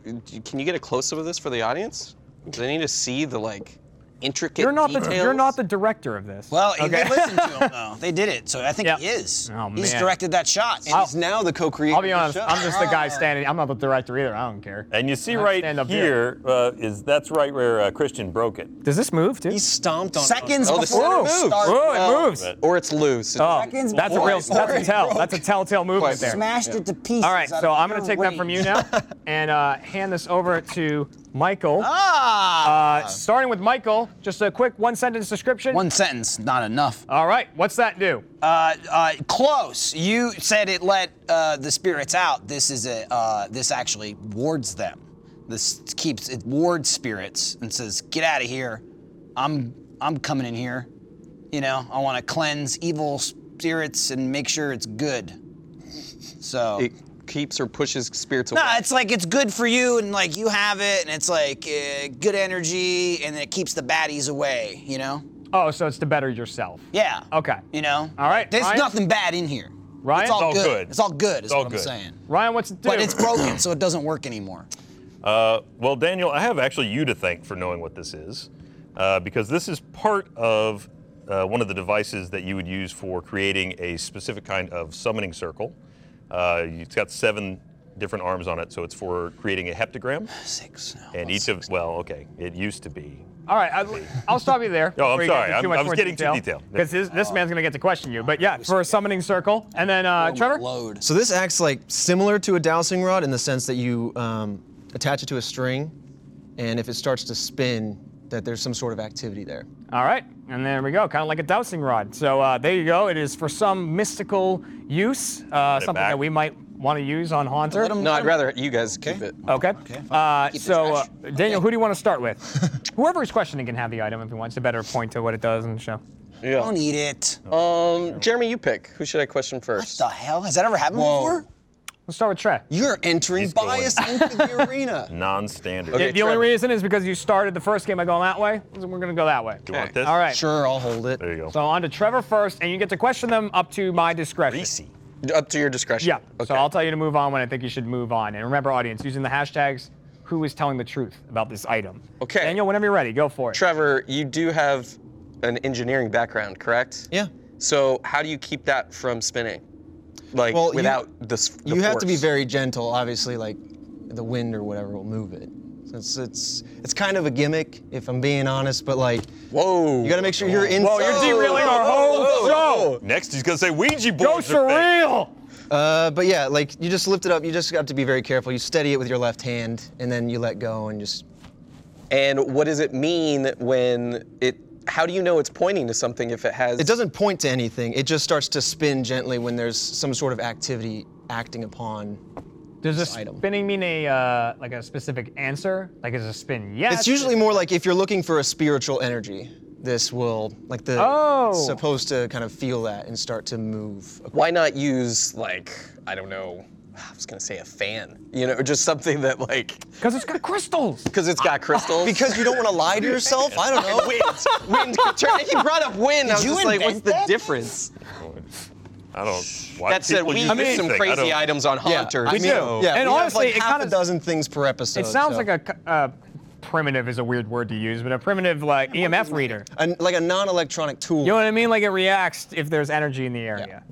Speaker 4: Can you get a close up of this for the audience? Do they need to see the like intricate
Speaker 1: You're not
Speaker 4: details?
Speaker 1: the you're not the director of this.
Speaker 7: well, they listened to him though. They did it, so I think
Speaker 1: Yeah.
Speaker 7: he is.
Speaker 1: Oh,
Speaker 7: He's
Speaker 1: man. Oh.
Speaker 7: directed that shot. And
Speaker 6: He's now the co-creator.
Speaker 1: I'll be honest.
Speaker 6: Of the
Speaker 1: I'm just the guy
Speaker 7: Oh.
Speaker 1: standing. I'm not the director either. I don't care.
Speaker 2: And you see
Speaker 1: I
Speaker 2: right
Speaker 1: stand up
Speaker 2: here uh, is that's right where uh, Christian broke it.
Speaker 1: Does this move too?
Speaker 5: He stomped on
Speaker 7: seconds
Speaker 4: Oh, the
Speaker 7: before we
Speaker 4: center
Speaker 1: Whoa,
Speaker 4: move.
Speaker 7: start.
Speaker 1: whoa, it moves.
Speaker 2: But-
Speaker 4: or it's loose.
Speaker 1: Oh,
Speaker 7: Seconds
Speaker 1: that's a
Speaker 7: before
Speaker 1: real.
Speaker 7: it
Speaker 1: That's a tell.
Speaker 7: broke.
Speaker 1: That's a telltale movement
Speaker 4: Quite there.
Speaker 1: there.
Speaker 7: Smashed it to pieces.
Speaker 1: All right,
Speaker 7: out
Speaker 1: so
Speaker 7: of
Speaker 1: I'm gonna
Speaker 7: pure
Speaker 1: take that from you
Speaker 7: rage.
Speaker 1: now and uh, hand this over to Michael.
Speaker 7: Ah!
Speaker 1: Uh, starting with Michael, just a quick one-sentence description.
Speaker 3: One sentence, not enough.
Speaker 1: All right, what's that do?
Speaker 3: Uh, uh, close. You said it let uh, the spirits out. This is a. Uh, this actually wards them. This keeps it wards spirits and says, "Get out of here. I'm I'm coming in here. You know, I want to cleanse evil spirits and make sure it's good. So
Speaker 4: it keeps or pushes spirits away.
Speaker 3: No, it's like it's good for you, and like you have it, and it's like uh, good energy, and it keeps the baddies away. You know?
Speaker 1: Oh, so it's to better yourself.
Speaker 3: Yeah.
Speaker 1: Okay.
Speaker 3: You know?
Speaker 1: All right,
Speaker 3: There's
Speaker 1: Ryan?
Speaker 3: nothing bad in here.
Speaker 1: Ryan?
Speaker 3: It's all,
Speaker 2: all
Speaker 3: good.
Speaker 2: good.
Speaker 3: It's all good. Is
Speaker 2: all
Speaker 3: what
Speaker 2: good.
Speaker 3: I'm saying.
Speaker 1: Ryan, what's it do?
Speaker 3: But it's broken, so it doesn't work anymore.
Speaker 2: Uh, well, Daniel, I have actually you to thank for knowing what this is, uh, because this is part of uh, one of the devices that you would use for creating a specific kind of summoning circle. Uh, it's got seven different arms on it, so it's for creating a heptagram.
Speaker 3: Six. now.
Speaker 2: And each of well, okay, it used to be.
Speaker 1: All right, I, I'll stop you there.
Speaker 2: No, I'm
Speaker 1: before you get into
Speaker 2: sorry. I'm-
Speaker 1: much
Speaker 2: I was
Speaker 1: more
Speaker 2: getting too detailed.
Speaker 1: Because this, this man's gonna get to question you. But yeah, for a summoning circle, and then uh, Trevor.
Speaker 3: Load.
Speaker 5: So this acts like similar to a dowsing rod in the sense that you um, attach it to a string, and if it starts to spin, that there's some sort of activity there.
Speaker 1: All right, and there we go, kind of like a dowsing rod. So uh, there you go. It is for some mystical use, uh, something
Speaker 2: back.
Speaker 1: that we might want to use on Haunter.
Speaker 4: no, I'd rather you guys keep it. Um,
Speaker 1: Okay. Uh,
Speaker 3: Keep the
Speaker 1: so, uh,
Speaker 3: trash.
Speaker 1: Daniel, who do you want to start with? Whoever is questioning can have the item if he wants to better point to what it does in the show.
Speaker 3: Don't eat it. What
Speaker 4: Um, Jeremy, you pick. Who should I question first?
Speaker 3: the hell? Has that ever happened before?
Speaker 1: Let's start with Trey.
Speaker 6: You're entering
Speaker 2: He's going.
Speaker 6: bias into the arena.
Speaker 2: Non-standard.
Speaker 1: the
Speaker 4: Okay.
Speaker 1: the only
Speaker 4: Trevor.
Speaker 1: reason is because you started the first game by going that way, so we're going to go that way.
Speaker 2: Do you want this?
Speaker 1: All right.
Speaker 5: Sure, I'll hold it.
Speaker 2: There you go.
Speaker 1: So on to Trevor first, and you get to question them up to my discretion.
Speaker 2: Greasy.
Speaker 4: Up to your discretion.
Speaker 1: Yeah.
Speaker 4: Okay.
Speaker 1: So I'll tell you to move on when I think you should move on. And remember, audience, using the hashtags, who is telling the truth about this item?
Speaker 4: Okay.
Speaker 1: Daniel, whenever you're ready, go for it.
Speaker 4: Trevor, you do have an engineering background, correct?
Speaker 5: Yeah.
Speaker 4: So how do you keep that from spinning? Like
Speaker 5: Well, you-
Speaker 4: without the, s- the
Speaker 5: you have to be
Speaker 4: force?
Speaker 5: very gentle. Obviously, like the wind or whatever will move it. So it's it's it's kind of a gimmick, if I'm being honest. But like,
Speaker 4: Whoa.
Speaker 5: you got to make sure you're in.
Speaker 1: Whoa, you're derailing our whole show.
Speaker 2: Next, he's gonna say Ouija board.
Speaker 1: Go surreal.
Speaker 5: Uh, but yeah, like you just lift it up. You just have to be very careful. You steady it with your left hand, and then you let go and just.
Speaker 4: And what does it mean when it? How do you know it's pointing to something if it has?
Speaker 5: It doesn't point to anything. It just starts to spin gently when there's some sort of activity acting upon.
Speaker 1: Does a
Speaker 5: item.
Speaker 1: spinning mean a uh, like a specific answer? Like is a spin yes?
Speaker 5: It's usually more like if you're looking for a spiritual energy. This will like the
Speaker 1: Oh.
Speaker 5: it's supposed to kind of feel that and start to move.
Speaker 4: Why not use like I don't know I was gonna say a fan, you know, or just something that like
Speaker 1: Because it's got crystals.
Speaker 4: because it's got crystals.
Speaker 5: Because you don't want to lie to yourself? I don't know.
Speaker 4: wind, wind. could turn- He brought up wind. I was
Speaker 7: you
Speaker 4: just like, what's
Speaker 7: invent
Speaker 4: the
Speaker 7: that?
Speaker 4: difference?
Speaker 2: I don't. Why
Speaker 4: That said,
Speaker 2: people
Speaker 4: we
Speaker 2: use
Speaker 4: use
Speaker 2: this
Speaker 4: some
Speaker 2: thing? I
Speaker 4: crazy
Speaker 2: don't-
Speaker 4: items on
Speaker 5: Yeah,
Speaker 4: Haunter.
Speaker 5: I mean,
Speaker 1: do.
Speaker 5: Yeah,
Speaker 1: And
Speaker 5: we have
Speaker 1: honestly,
Speaker 5: like
Speaker 1: it
Speaker 5: half
Speaker 1: kinda-
Speaker 5: a dozen things per episode.
Speaker 1: It sounds
Speaker 5: so-
Speaker 1: like a c- uh, primitive is a weird word to use, but a primitive like EMF reader.
Speaker 5: An- like a non-electronic tool.
Speaker 1: You know what I mean? Like it reacts if there's energy in the area.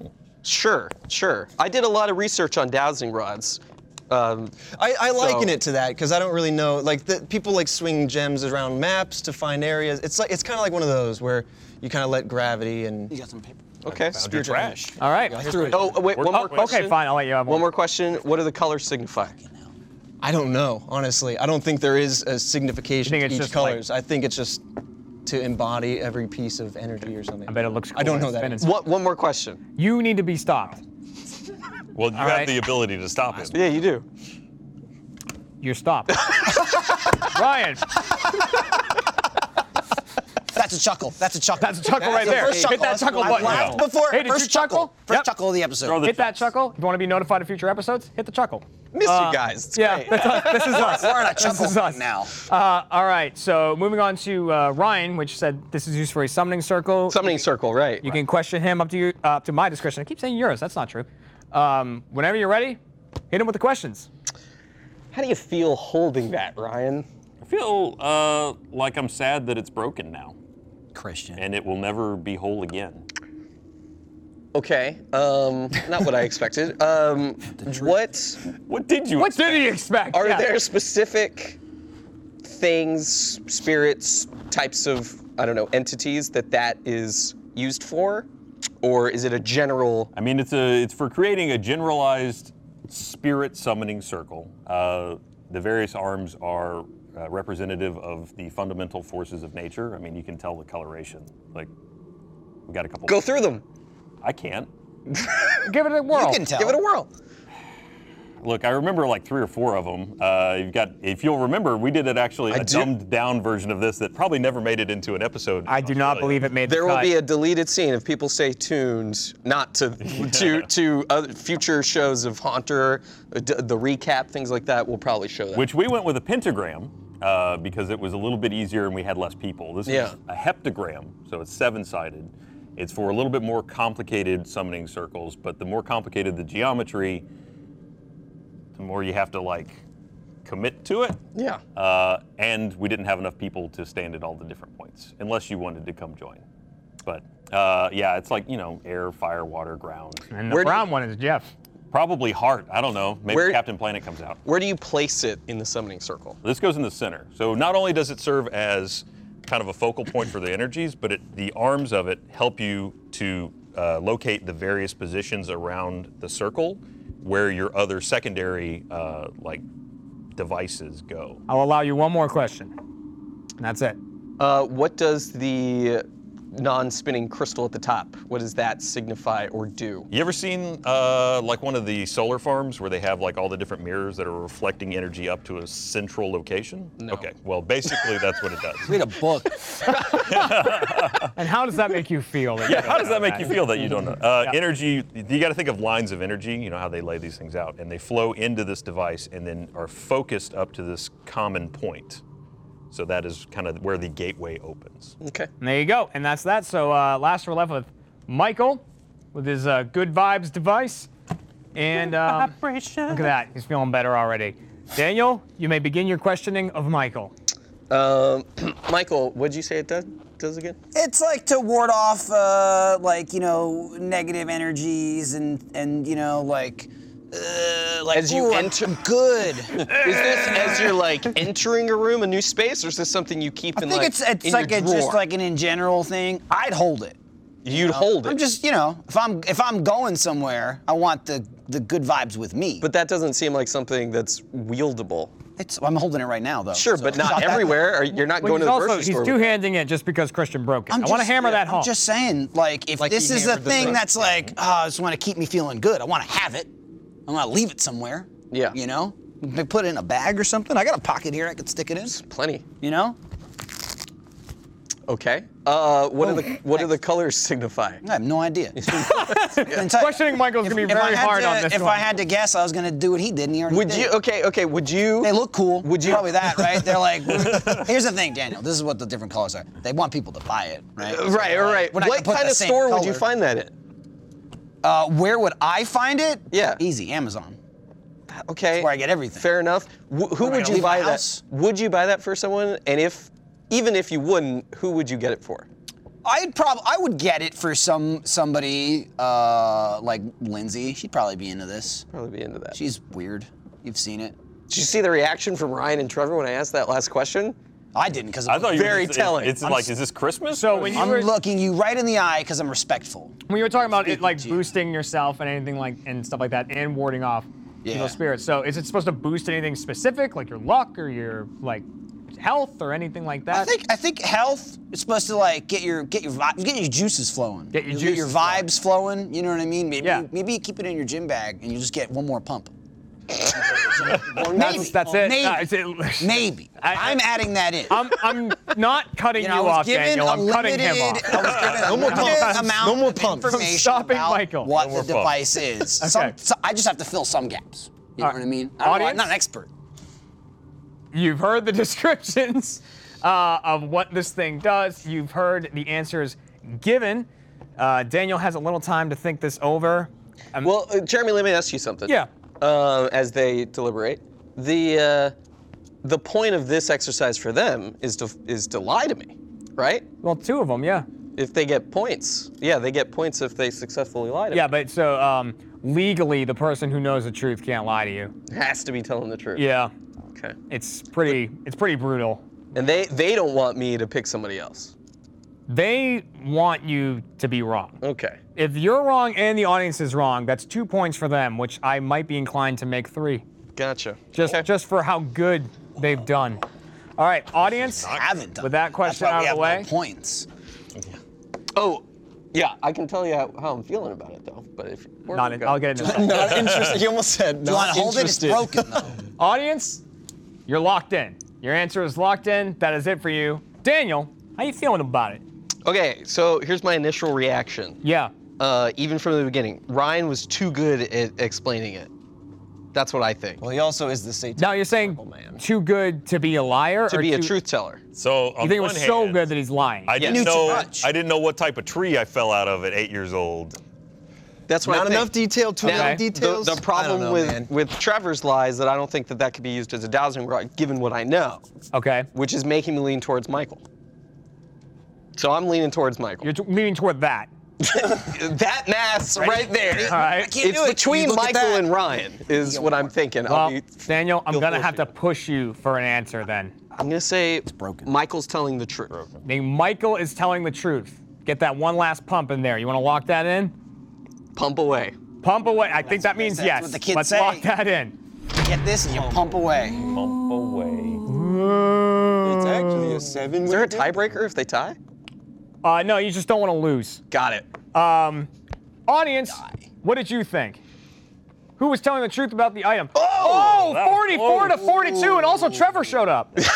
Speaker 4: Sure, sure. I did a lot of research on dowsing rods. Um,
Speaker 5: I, I liken
Speaker 4: So-
Speaker 5: it to that because I don't really know. Like the, people like swing gems around maps to find areas. It's like it's kind of like one of those where you kind of let gravity and
Speaker 7: You got some paper.
Speaker 4: okay.
Speaker 2: Found your trash.
Speaker 1: All right.
Speaker 4: Oh, wait, one
Speaker 2: Oh,
Speaker 4: more
Speaker 2: okay,
Speaker 4: question.
Speaker 1: fine, I'll let you have one.
Speaker 4: One more question. What do the colors signify?
Speaker 5: I don't know honestly. I don't think there is a signification
Speaker 1: You think it's
Speaker 5: to each
Speaker 1: just like-
Speaker 5: colors. I think it's just to embody every piece of energy or something.
Speaker 1: I bet it looks. Cool.
Speaker 5: I don't know that.
Speaker 1: Spin
Speaker 5: answer.
Speaker 1: and-
Speaker 4: What, one more question.
Speaker 1: You need to be stopped.
Speaker 2: Well, you
Speaker 1: All
Speaker 2: have
Speaker 1: right.
Speaker 2: the ability to stop it.
Speaker 4: Yeah, you do.
Speaker 1: You're stopped. Ryan,
Speaker 7: That's a chuckle. That's a chuckle.
Speaker 1: that's a chuckle right
Speaker 5: the
Speaker 1: there.
Speaker 5: first
Speaker 1: Hit that
Speaker 5: chuckle.
Speaker 1: chuckle
Speaker 7: I
Speaker 1: button.
Speaker 7: laughed before.
Speaker 1: Hey, did
Speaker 7: first
Speaker 1: you chuckle?
Speaker 7: First
Speaker 1: Yep.
Speaker 7: chuckle of the episode.
Speaker 2: Throw the
Speaker 1: Hit that chuckle. If you want to be notified of future episodes, hit the chuckle.
Speaker 4: Miss you guys. It's
Speaker 1: Uh, yeah,
Speaker 4: great.
Speaker 1: that's us. this is us.
Speaker 7: We're on a
Speaker 1: this
Speaker 7: chuckle
Speaker 1: is us.
Speaker 7: thing now.
Speaker 1: Uh, all right, so moving on to uh, Ryan, which said this is used for a summoning circle.
Speaker 4: Summoning circle, right?
Speaker 1: You can question him up to you, uh, up to my discretion. I keep saying yours. That's not true. Um, whenever you're ready, hit him with the questions.
Speaker 4: How do you feel holding that, Ryan?
Speaker 2: I feel uh, like I'm sad that it's broken now,
Speaker 7: Christian.
Speaker 2: and it will never be whole again.
Speaker 4: Okay. Um, not what I expected. Um, what
Speaker 2: What did you?
Speaker 1: What did he expect?
Speaker 4: are
Speaker 1: Yeah.
Speaker 4: there specific things, spirits, types of I don't know entities that that is used for, or is it a general?
Speaker 2: I mean, it's a it's for creating a generalized spirit summoning circle. Uh, the various arms are uh, representative of the fundamental forces of nature. I mean, you can tell the coloration. Like, we got a couple.
Speaker 4: Go through them.
Speaker 2: I can't.
Speaker 1: Give it a whirl.
Speaker 7: You can tell.
Speaker 4: Give it a whirl.
Speaker 2: Look, I remember like three or four of them. Uh, you've got, if you'll remember, we did it actually a
Speaker 4: do-
Speaker 2: dumbed down version of this that probably never made it into an episode.
Speaker 1: I do not believe it made
Speaker 4: There
Speaker 1: the
Speaker 4: will
Speaker 1: cut.
Speaker 4: be a deleted scene if people stay tuned, not to to to other future shows of Haunter, uh, d- the recap, things like that. We'll probably show that.
Speaker 2: Which we went with a pentagram uh, because it was a little bit easier and we had less people. This
Speaker 4: Yeah.
Speaker 2: is a heptagram, so it's seven sided. It's for a little bit more complicated summoning circles, but the more complicated the geometry, the more you have to like commit to it.
Speaker 4: yeah.
Speaker 2: Uh, and we didn't have enough people to stand at all the different points, unless you wanted to come join. But uh, yeah, it's like you know, air, fire, water, ground.
Speaker 1: and the
Speaker 4: Where do
Speaker 1: brown
Speaker 4: you-
Speaker 1: one is Jeff.
Speaker 2: Probably heart. I don't know. Maybe
Speaker 4: Where-
Speaker 2: Captain Planet comes out.
Speaker 4: Where do you place it in the summoning circle?
Speaker 2: This goes in the center. So not only does it serve as kind of a focal point for the energies, but it, the arms of it help you to uh, locate the various positions around the circle where your other secondary uh, like devices go.
Speaker 1: I'll allow you one more question. And that's it.
Speaker 4: Uh, what does the non-spinning crystal at the top? What does that signify or do?
Speaker 2: You ever seen uh, like one of the solar farms where they have like all the different mirrors that are reflecting energy up to a central location? No. Okay. Well, basically that's what it does.
Speaker 7: Read a book.
Speaker 1: And how does that make you feel? that you
Speaker 2: yeah.
Speaker 1: don't
Speaker 2: How does
Speaker 1: know
Speaker 2: that make you feel that you don't know? Uh, Energy. You got to think of lines of energy. You know how they lay these things out, and they flow into this device and then are focused up to this common point. So that is kind of where the gateway opens.
Speaker 4: Okay.
Speaker 1: And there you go. And that's that. So uh, last we're left with Michael with his uh, good vibes device. And um, look at that. He's feeling better already. Daniel, you may begin your questioning of Michael.
Speaker 4: Um, Michael, what did you say it does, does again?
Speaker 7: It's like to ward off, uh, like you know, negative energies and and you know, like, uh, like
Speaker 4: As you
Speaker 7: "Ooh, I'm
Speaker 4: enter-
Speaker 7: good.
Speaker 4: Is this as you're like entering a room, a new space, or is this something you keep
Speaker 7: I
Speaker 4: in
Speaker 7: think
Speaker 4: like
Speaker 7: it's it's
Speaker 4: in
Speaker 7: like
Speaker 4: your
Speaker 7: a, just
Speaker 4: drawer?
Speaker 7: like an in general thing. I'd hold it.
Speaker 4: you'd hold it?
Speaker 7: I'm just you know, if I'm if I'm going somewhere, I want the the good vibes with me.
Speaker 4: But that doesn't seem like something that's wieldable.
Speaker 7: it's, I'm holding it right now though.
Speaker 4: Sure,
Speaker 7: so
Speaker 4: but
Speaker 7: it's
Speaker 4: not,
Speaker 7: that-
Speaker 4: everywhere. Or you're not
Speaker 1: But
Speaker 4: going to
Speaker 1: he's
Speaker 4: the
Speaker 1: also,
Speaker 4: grocery
Speaker 1: he's
Speaker 4: store. with
Speaker 1: two
Speaker 4: it.
Speaker 1: handing it just because Christian broke it.
Speaker 7: I'm
Speaker 1: I want to
Speaker 7: just-
Speaker 1: hammer
Speaker 7: yeah,
Speaker 1: that home.
Speaker 7: I'm just saying, like, if
Speaker 5: Like
Speaker 7: this
Speaker 5: he
Speaker 7: is a
Speaker 5: hammered the
Speaker 7: thing
Speaker 5: thing.
Speaker 7: that's like, oh, I just want to keep me feeling good. I want to have it. I want to leave it somewhere.
Speaker 4: Yeah.
Speaker 7: You know, They put it in a bag or something. I got a pocket here. I could stick it in.
Speaker 4: Plenty.
Speaker 7: You know.
Speaker 4: Okay. Uh, what do the what do the colors signify?
Speaker 3: I have no idea.
Speaker 1: Questioning Michael's gonna be
Speaker 3: If I
Speaker 1: very
Speaker 3: had
Speaker 1: hard
Speaker 3: to-
Speaker 1: on this
Speaker 3: If
Speaker 1: one.
Speaker 3: I had to guess, I was gonna do what he did, and he already
Speaker 4: Would
Speaker 3: did.
Speaker 4: you? Okay. Okay. Would you?
Speaker 3: They look cool.
Speaker 4: Would you-
Speaker 3: Probably that, right? They're like, here's the thing, Daniel. This is what the different colors are. They want people to buy it, right? So
Speaker 4: Uh, Right.
Speaker 3: they're
Speaker 4: All
Speaker 3: like,
Speaker 4: right.
Speaker 3: we're not
Speaker 4: What
Speaker 3: gonna put
Speaker 4: kind
Speaker 3: the
Speaker 4: of
Speaker 3: same
Speaker 4: store would you
Speaker 3: color.
Speaker 4: find that in?
Speaker 3: Uh, where would I find it?
Speaker 4: Yeah.
Speaker 3: Easy, Amazon.
Speaker 4: Okay.
Speaker 3: where I get everything.
Speaker 4: Fair enough. Wh- who
Speaker 3: am I gonna
Speaker 4: would you
Speaker 3: leave my
Speaker 4: buy that?
Speaker 3: house?
Speaker 4: Would you buy that for someone? And if, even if you wouldn't, who would you get it for?
Speaker 3: I'd probably I would get it for some somebody uh, like Lindsay. She'd probably be into this.
Speaker 4: Probably be into that.
Speaker 3: She's weird. You've seen it.
Speaker 4: Did you see the reaction from Ryan and Trevor when I asked that last question?
Speaker 3: I didn't because
Speaker 2: I thought you
Speaker 4: Very
Speaker 2: were, it's-
Speaker 4: telling.
Speaker 2: It's,
Speaker 4: I'm
Speaker 2: like, is this Christmas?
Speaker 1: so when you
Speaker 3: I'm
Speaker 1: were,
Speaker 3: looking you right in the eye because I'm respectful.
Speaker 1: when you were talking about it, like
Speaker 3: to you.
Speaker 1: boosting yourself and anything like and stuff like that, and warding off
Speaker 3: Yeah.
Speaker 1: evil spirits. So is it supposed to boost anything specific, like your luck or your like health or anything like that?
Speaker 3: I think I think health is supposed to like get your get your vi- get your juices flowing.
Speaker 1: Get your
Speaker 3: You your
Speaker 1: juices flowing.
Speaker 3: vibes flowing. You know what I mean? Maybe
Speaker 1: Yeah.
Speaker 3: maybe you keep it in your gym bag and you just get one more pump. Or
Speaker 1: that's,
Speaker 3: maybe.
Speaker 1: that's it.
Speaker 3: Maybe.
Speaker 1: Uh, it's it-
Speaker 3: Maybe.
Speaker 1: I- I-
Speaker 3: I, am adding that in.
Speaker 1: I'm I'm not cutting you,
Speaker 3: You know, I
Speaker 1: off,
Speaker 3: was given
Speaker 1: Daniel.
Speaker 3: a
Speaker 1: I'm cutting him
Speaker 3: limited-
Speaker 1: off.
Speaker 3: I was given a
Speaker 5: No more
Speaker 3: limited
Speaker 5: pumps.
Speaker 3: amount
Speaker 5: No more
Speaker 3: of
Speaker 5: pumps.
Speaker 3: information
Speaker 1: Stopping
Speaker 3: about
Speaker 1: Michael.
Speaker 3: What
Speaker 2: No
Speaker 3: the
Speaker 2: more
Speaker 3: device is. Some, so- I just have to fill some gaps. You know
Speaker 1: All
Speaker 3: what I
Speaker 1: right.
Speaker 3: mean? I don't know, I'm
Speaker 1: Audience?
Speaker 3: not an expert.
Speaker 1: You've heard the descriptions uh, of what this thing does. You've heard the answers given. Uh, Daniel has a little time to think this over. Um,
Speaker 4: Well, uh, Jeremy, let me ask you something.
Speaker 1: Yeah.
Speaker 4: Uh, as they deliberate, the uh, the point of this exercise for them is to is to lie to me, right?
Speaker 1: well, two of them, yeah.
Speaker 4: If they get points, yeah, they get points if they successfully lie to
Speaker 1: Yeah,
Speaker 4: me.
Speaker 1: but so um, legally, the person who knows the truth can't lie to you.
Speaker 4: has to be telling the truth.
Speaker 1: Yeah,
Speaker 4: Okay.
Speaker 1: it's pretty. It's pretty brutal.
Speaker 4: And they they don't want me to pick somebody else.
Speaker 1: They want you to be wrong.
Speaker 4: Okay.
Speaker 1: If you're wrong and the audience is wrong, that's two points for them, which I might be inclined to make three,
Speaker 4: Gotcha.
Speaker 1: just just for how good they've done. All right, audience.
Speaker 3: I haven't done
Speaker 1: With that
Speaker 3: it.
Speaker 1: question
Speaker 3: That's why
Speaker 1: out of
Speaker 3: we
Speaker 1: the
Speaker 3: have
Speaker 1: way-
Speaker 3: no points.
Speaker 4: Oh, yeah. I can tell you how, how I'm feeling about it though. But if where
Speaker 1: Not
Speaker 4: we
Speaker 1: in,
Speaker 4: go-
Speaker 1: I'll get into that.
Speaker 5: Not interested. He almost said
Speaker 3: Do you want
Speaker 5: not
Speaker 3: to hold it? It's
Speaker 5: interested.
Speaker 3: broken though.
Speaker 1: Audience, you're locked in. Your answer is locked in. That is it for you. Daniel, how you feeling about it?
Speaker 4: Okay. So here's my initial reaction.
Speaker 1: Yeah.
Speaker 4: uh, even from the beginning. Ryan was too good at explaining it. That's what I think.
Speaker 5: Well, he also is the Satan.
Speaker 1: Now you're saying
Speaker 5: man.
Speaker 1: too good to be a liar
Speaker 4: to
Speaker 1: or
Speaker 4: be a
Speaker 1: too-
Speaker 4: truth teller.
Speaker 2: so on
Speaker 1: You think it
Speaker 2: one
Speaker 1: was so
Speaker 2: hand,
Speaker 1: good that he's lying?
Speaker 2: I didn't
Speaker 4: knew too
Speaker 2: know.
Speaker 3: much.
Speaker 2: I didn't know what type of tree I fell out of at eight years old.
Speaker 4: That's what
Speaker 5: Not
Speaker 4: I think.
Speaker 5: enough detail. Too
Speaker 4: Now,
Speaker 5: many
Speaker 1: Okay.
Speaker 4: the-
Speaker 5: details.
Speaker 4: The,
Speaker 5: I don't
Speaker 4: problem
Speaker 5: know,
Speaker 4: with
Speaker 5: man.
Speaker 4: with Trevor's lie is that I don't think that that could be used as a dowsing rod, given what I know,
Speaker 1: okay.
Speaker 4: which is making me lean towards Michael. So I'm leaning towards Michael.
Speaker 1: You're t- leaning toward that.
Speaker 4: that math's right, there.
Speaker 1: All right.
Speaker 3: can't
Speaker 4: It's
Speaker 3: do it. You
Speaker 4: between
Speaker 3: look at
Speaker 4: Michael
Speaker 3: that.
Speaker 4: and Ryan, is what I'm thinking. I'll
Speaker 1: Well,
Speaker 4: be,
Speaker 1: Daniel, I'm
Speaker 4: feel
Speaker 1: gonna
Speaker 4: forced
Speaker 1: have to
Speaker 4: here.
Speaker 1: push you for an answer then.
Speaker 4: I'm gonna say
Speaker 3: broken.
Speaker 4: Michael's telling the truth.
Speaker 1: I mean, Michael is telling the truth. Get that one last pump in there. You want to lock that in?
Speaker 4: Pump away.
Speaker 1: Pump away. I think that means
Speaker 3: that's
Speaker 1: yes.
Speaker 3: what the kids
Speaker 1: Let's
Speaker 3: say.
Speaker 1: lock that in.
Speaker 3: Get this and you pump away.
Speaker 2: Pump away.
Speaker 8: It's actually a seven.
Speaker 4: Is there a tiebreaker if they tie?
Speaker 1: Uh, no, you just don't want to lose.
Speaker 4: Got it.
Speaker 1: Audience, what did you think? Who was telling the truth about the item? Oh,
Speaker 2: that was
Speaker 1: 44 to
Speaker 2: close.
Speaker 1: 42, and also Trevor showed up.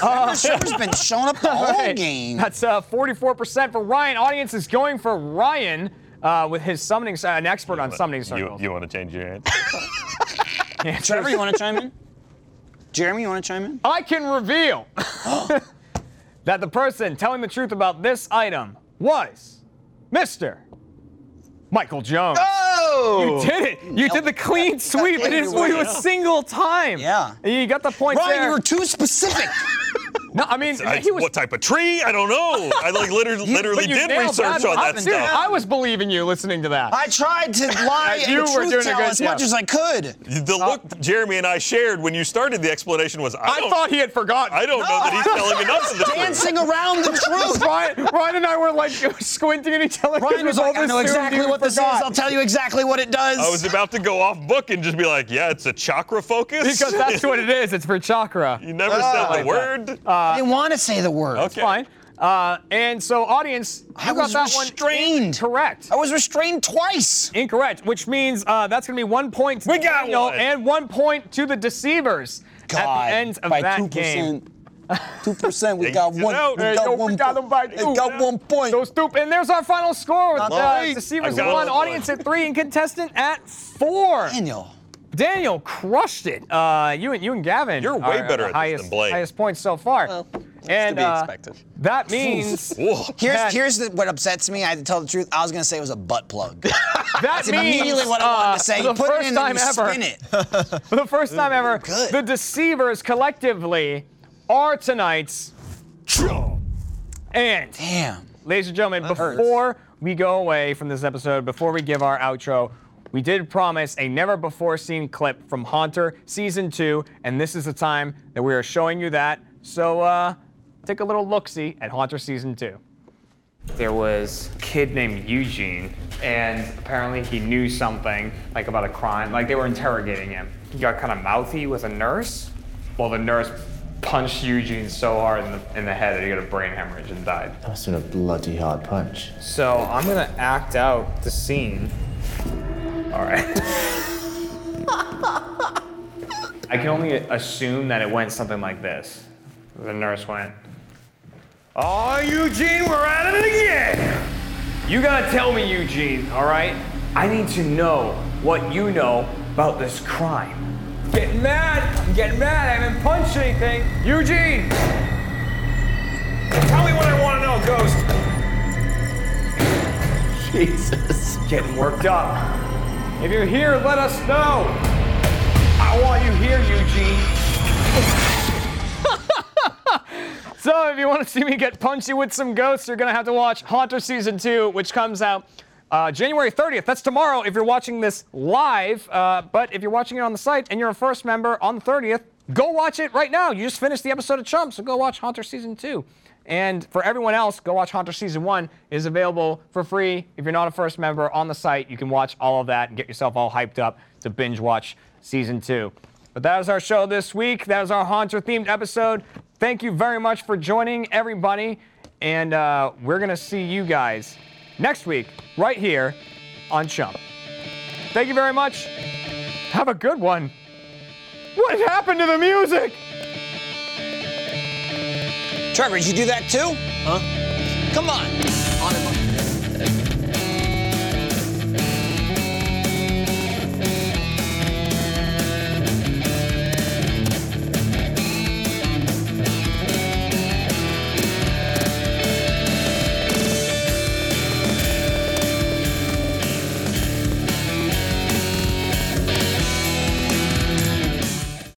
Speaker 1: Uh,
Speaker 3: Trevor's been showing up the whole
Speaker 1: All right.
Speaker 3: game.
Speaker 1: That's uh, 44% for Ryan. Audience is going for Ryan uh, with his summoning, uh, an expert on summoning
Speaker 2: You,
Speaker 1: circles.
Speaker 2: you want to change your answer?
Speaker 3: Trevor, you want to chime in? Jeremy, you want to chime in?
Speaker 1: I can reveal that the person telling the truth about this item was Mr. Michael Jones.
Speaker 4: Oh!
Speaker 1: You did it. You did the clean sweep. It is
Speaker 3: Yeah.
Speaker 1: you a single time.
Speaker 3: Yeah.
Speaker 1: And you got the points
Speaker 3: Ryan,
Speaker 1: there.
Speaker 3: you were too specific.
Speaker 1: no, I mean,
Speaker 2: I-
Speaker 1: he was.
Speaker 2: what type of tree? I don't know. I like literally, literally
Speaker 1: but you
Speaker 2: did
Speaker 1: nailed
Speaker 2: research on
Speaker 1: I,
Speaker 2: that
Speaker 1: dude,
Speaker 2: stuff.
Speaker 1: I was believing you listening to that.
Speaker 3: I tried to lie
Speaker 1: You
Speaker 3: and
Speaker 1: were doing a
Speaker 3: truth tell
Speaker 1: good
Speaker 3: as much
Speaker 1: job.
Speaker 3: as I could.
Speaker 2: The look Jeremy and I shared when you started the explanation was I,
Speaker 1: Uh, I
Speaker 2: don't,
Speaker 1: thought he had forgotten.
Speaker 2: I don't know that he's telling enough of the truth.
Speaker 3: Dancing around the truth.
Speaker 1: Ryan, Ryan and I were like squinting at each other. 'cause
Speaker 3: Ryan
Speaker 1: we
Speaker 3: was like,
Speaker 1: both
Speaker 3: I know
Speaker 1: assumed
Speaker 3: exactly
Speaker 1: you
Speaker 3: what this is.
Speaker 1: forgot."
Speaker 3: I'll tell you exactly what it does.
Speaker 2: I was about to go off book and just be like, yeah, it's a chakra focus.
Speaker 1: Because that's what Oh it is. It's for chakra.
Speaker 2: you never said the word.
Speaker 3: I didn't want to say the word.
Speaker 2: okay.
Speaker 1: Uh, Fine. Uh, and so, audience, you
Speaker 3: I
Speaker 1: got
Speaker 3: was
Speaker 1: that one
Speaker 3: restrained.
Speaker 1: correct.
Speaker 3: I was restrained twice.
Speaker 1: Incorrect, which means uh, that's going to be one point to
Speaker 2: We got
Speaker 1: Daniel
Speaker 2: one.
Speaker 1: and one point to the Deceivers at
Speaker 3: God,
Speaker 1: the end of
Speaker 8: by
Speaker 1: that
Speaker 8: two
Speaker 1: game.
Speaker 8: percent?
Speaker 3: Two percent. We
Speaker 2: Yeah,
Speaker 3: got
Speaker 2: you
Speaker 3: one.
Speaker 2: know.
Speaker 3: We
Speaker 2: Hey,
Speaker 1: yo,
Speaker 3: got
Speaker 1: we
Speaker 3: one.
Speaker 1: got
Speaker 3: po-
Speaker 1: them by
Speaker 3: we
Speaker 1: two.
Speaker 3: got one point.
Speaker 1: So stupid. And there's our final score with uh,
Speaker 3: right.
Speaker 1: Deceivers
Speaker 2: I got
Speaker 1: one,
Speaker 2: it.
Speaker 1: audience at three, and contestant at four.
Speaker 3: Daniel.
Speaker 1: Daniel crushed it. Uh, you and you and Gavin.
Speaker 2: You're way
Speaker 1: are the
Speaker 2: better at this than
Speaker 1: highest,
Speaker 2: Blake.
Speaker 1: Highest points so far. and
Speaker 4: be
Speaker 1: uh,
Speaker 4: expected.
Speaker 1: that means
Speaker 2: Whoa.
Speaker 3: Here's
Speaker 1: Pat.
Speaker 3: here's the, what upsets me. I have to tell the truth. I was gonna say it was a butt plug.
Speaker 1: that
Speaker 3: That's
Speaker 1: means
Speaker 3: immediately what I wanted
Speaker 1: uh,
Speaker 3: to say.
Speaker 1: The
Speaker 3: You put
Speaker 1: first
Speaker 3: it in
Speaker 1: time
Speaker 3: and you
Speaker 1: ever.
Speaker 3: spin it.
Speaker 1: For the first time ever,
Speaker 3: good.
Speaker 1: the Deceivers collectively are tonight's. And
Speaker 3: Damn.
Speaker 1: ladies and gentlemen,
Speaker 3: hurts.
Speaker 1: before we go away from this episode, before we give our outro, we did promise a never before seen clip from Haunter season two, and this is the time that we are showing you that. So uh, take a little look see at Haunter season two. There was a kid named Eugene, and apparently he knew something like about a crime. Like they were interrogating him. He got kind of mouthy with a nurse. Well, the nurse punched Eugene so hard in the, in the head that he got a brain hemorrhage and died.
Speaker 9: That's been a bloody hard punch.
Speaker 1: So I'm gonna act out the scene. All right. I can only assume that it went something like this. The nurse went, Oh, Eugene, we're at it again. You gotta tell me, Eugene, all right? I need to know what you know about this crime. Getting mad. I'm getting mad. I haven't punched anything. Eugene! Tell me what I wanna know, Ghost.
Speaker 9: Jesus.
Speaker 1: getting worked up. If you're here, let us know. I want you here, Eugene. so, if you want to see me get punchy with some ghosts, you're going to have to watch Haunter Season 2, which comes out uh, January 30th. That's tomorrow if you're watching this live. Uh, but if you're watching it on the site and you're a first member on the 30th, go watch it right now. You just finished the episode of Chump, so go watch Haunter Season 2. And for everyone else, go watch Haunter Season 1 It is available for free. If you're not a first member on the site, you can watch all of that and get yourself all hyped up to binge watch Season 2. But that is our show this week. That is our Haunter themed episode. Thank you very much for joining, everybody. And uh, we're going to see you guys next week, right here on Chump. Thank you very much. Have a good one. What happened to the music?
Speaker 3: Trevor, did you do that too? Huh? Come on.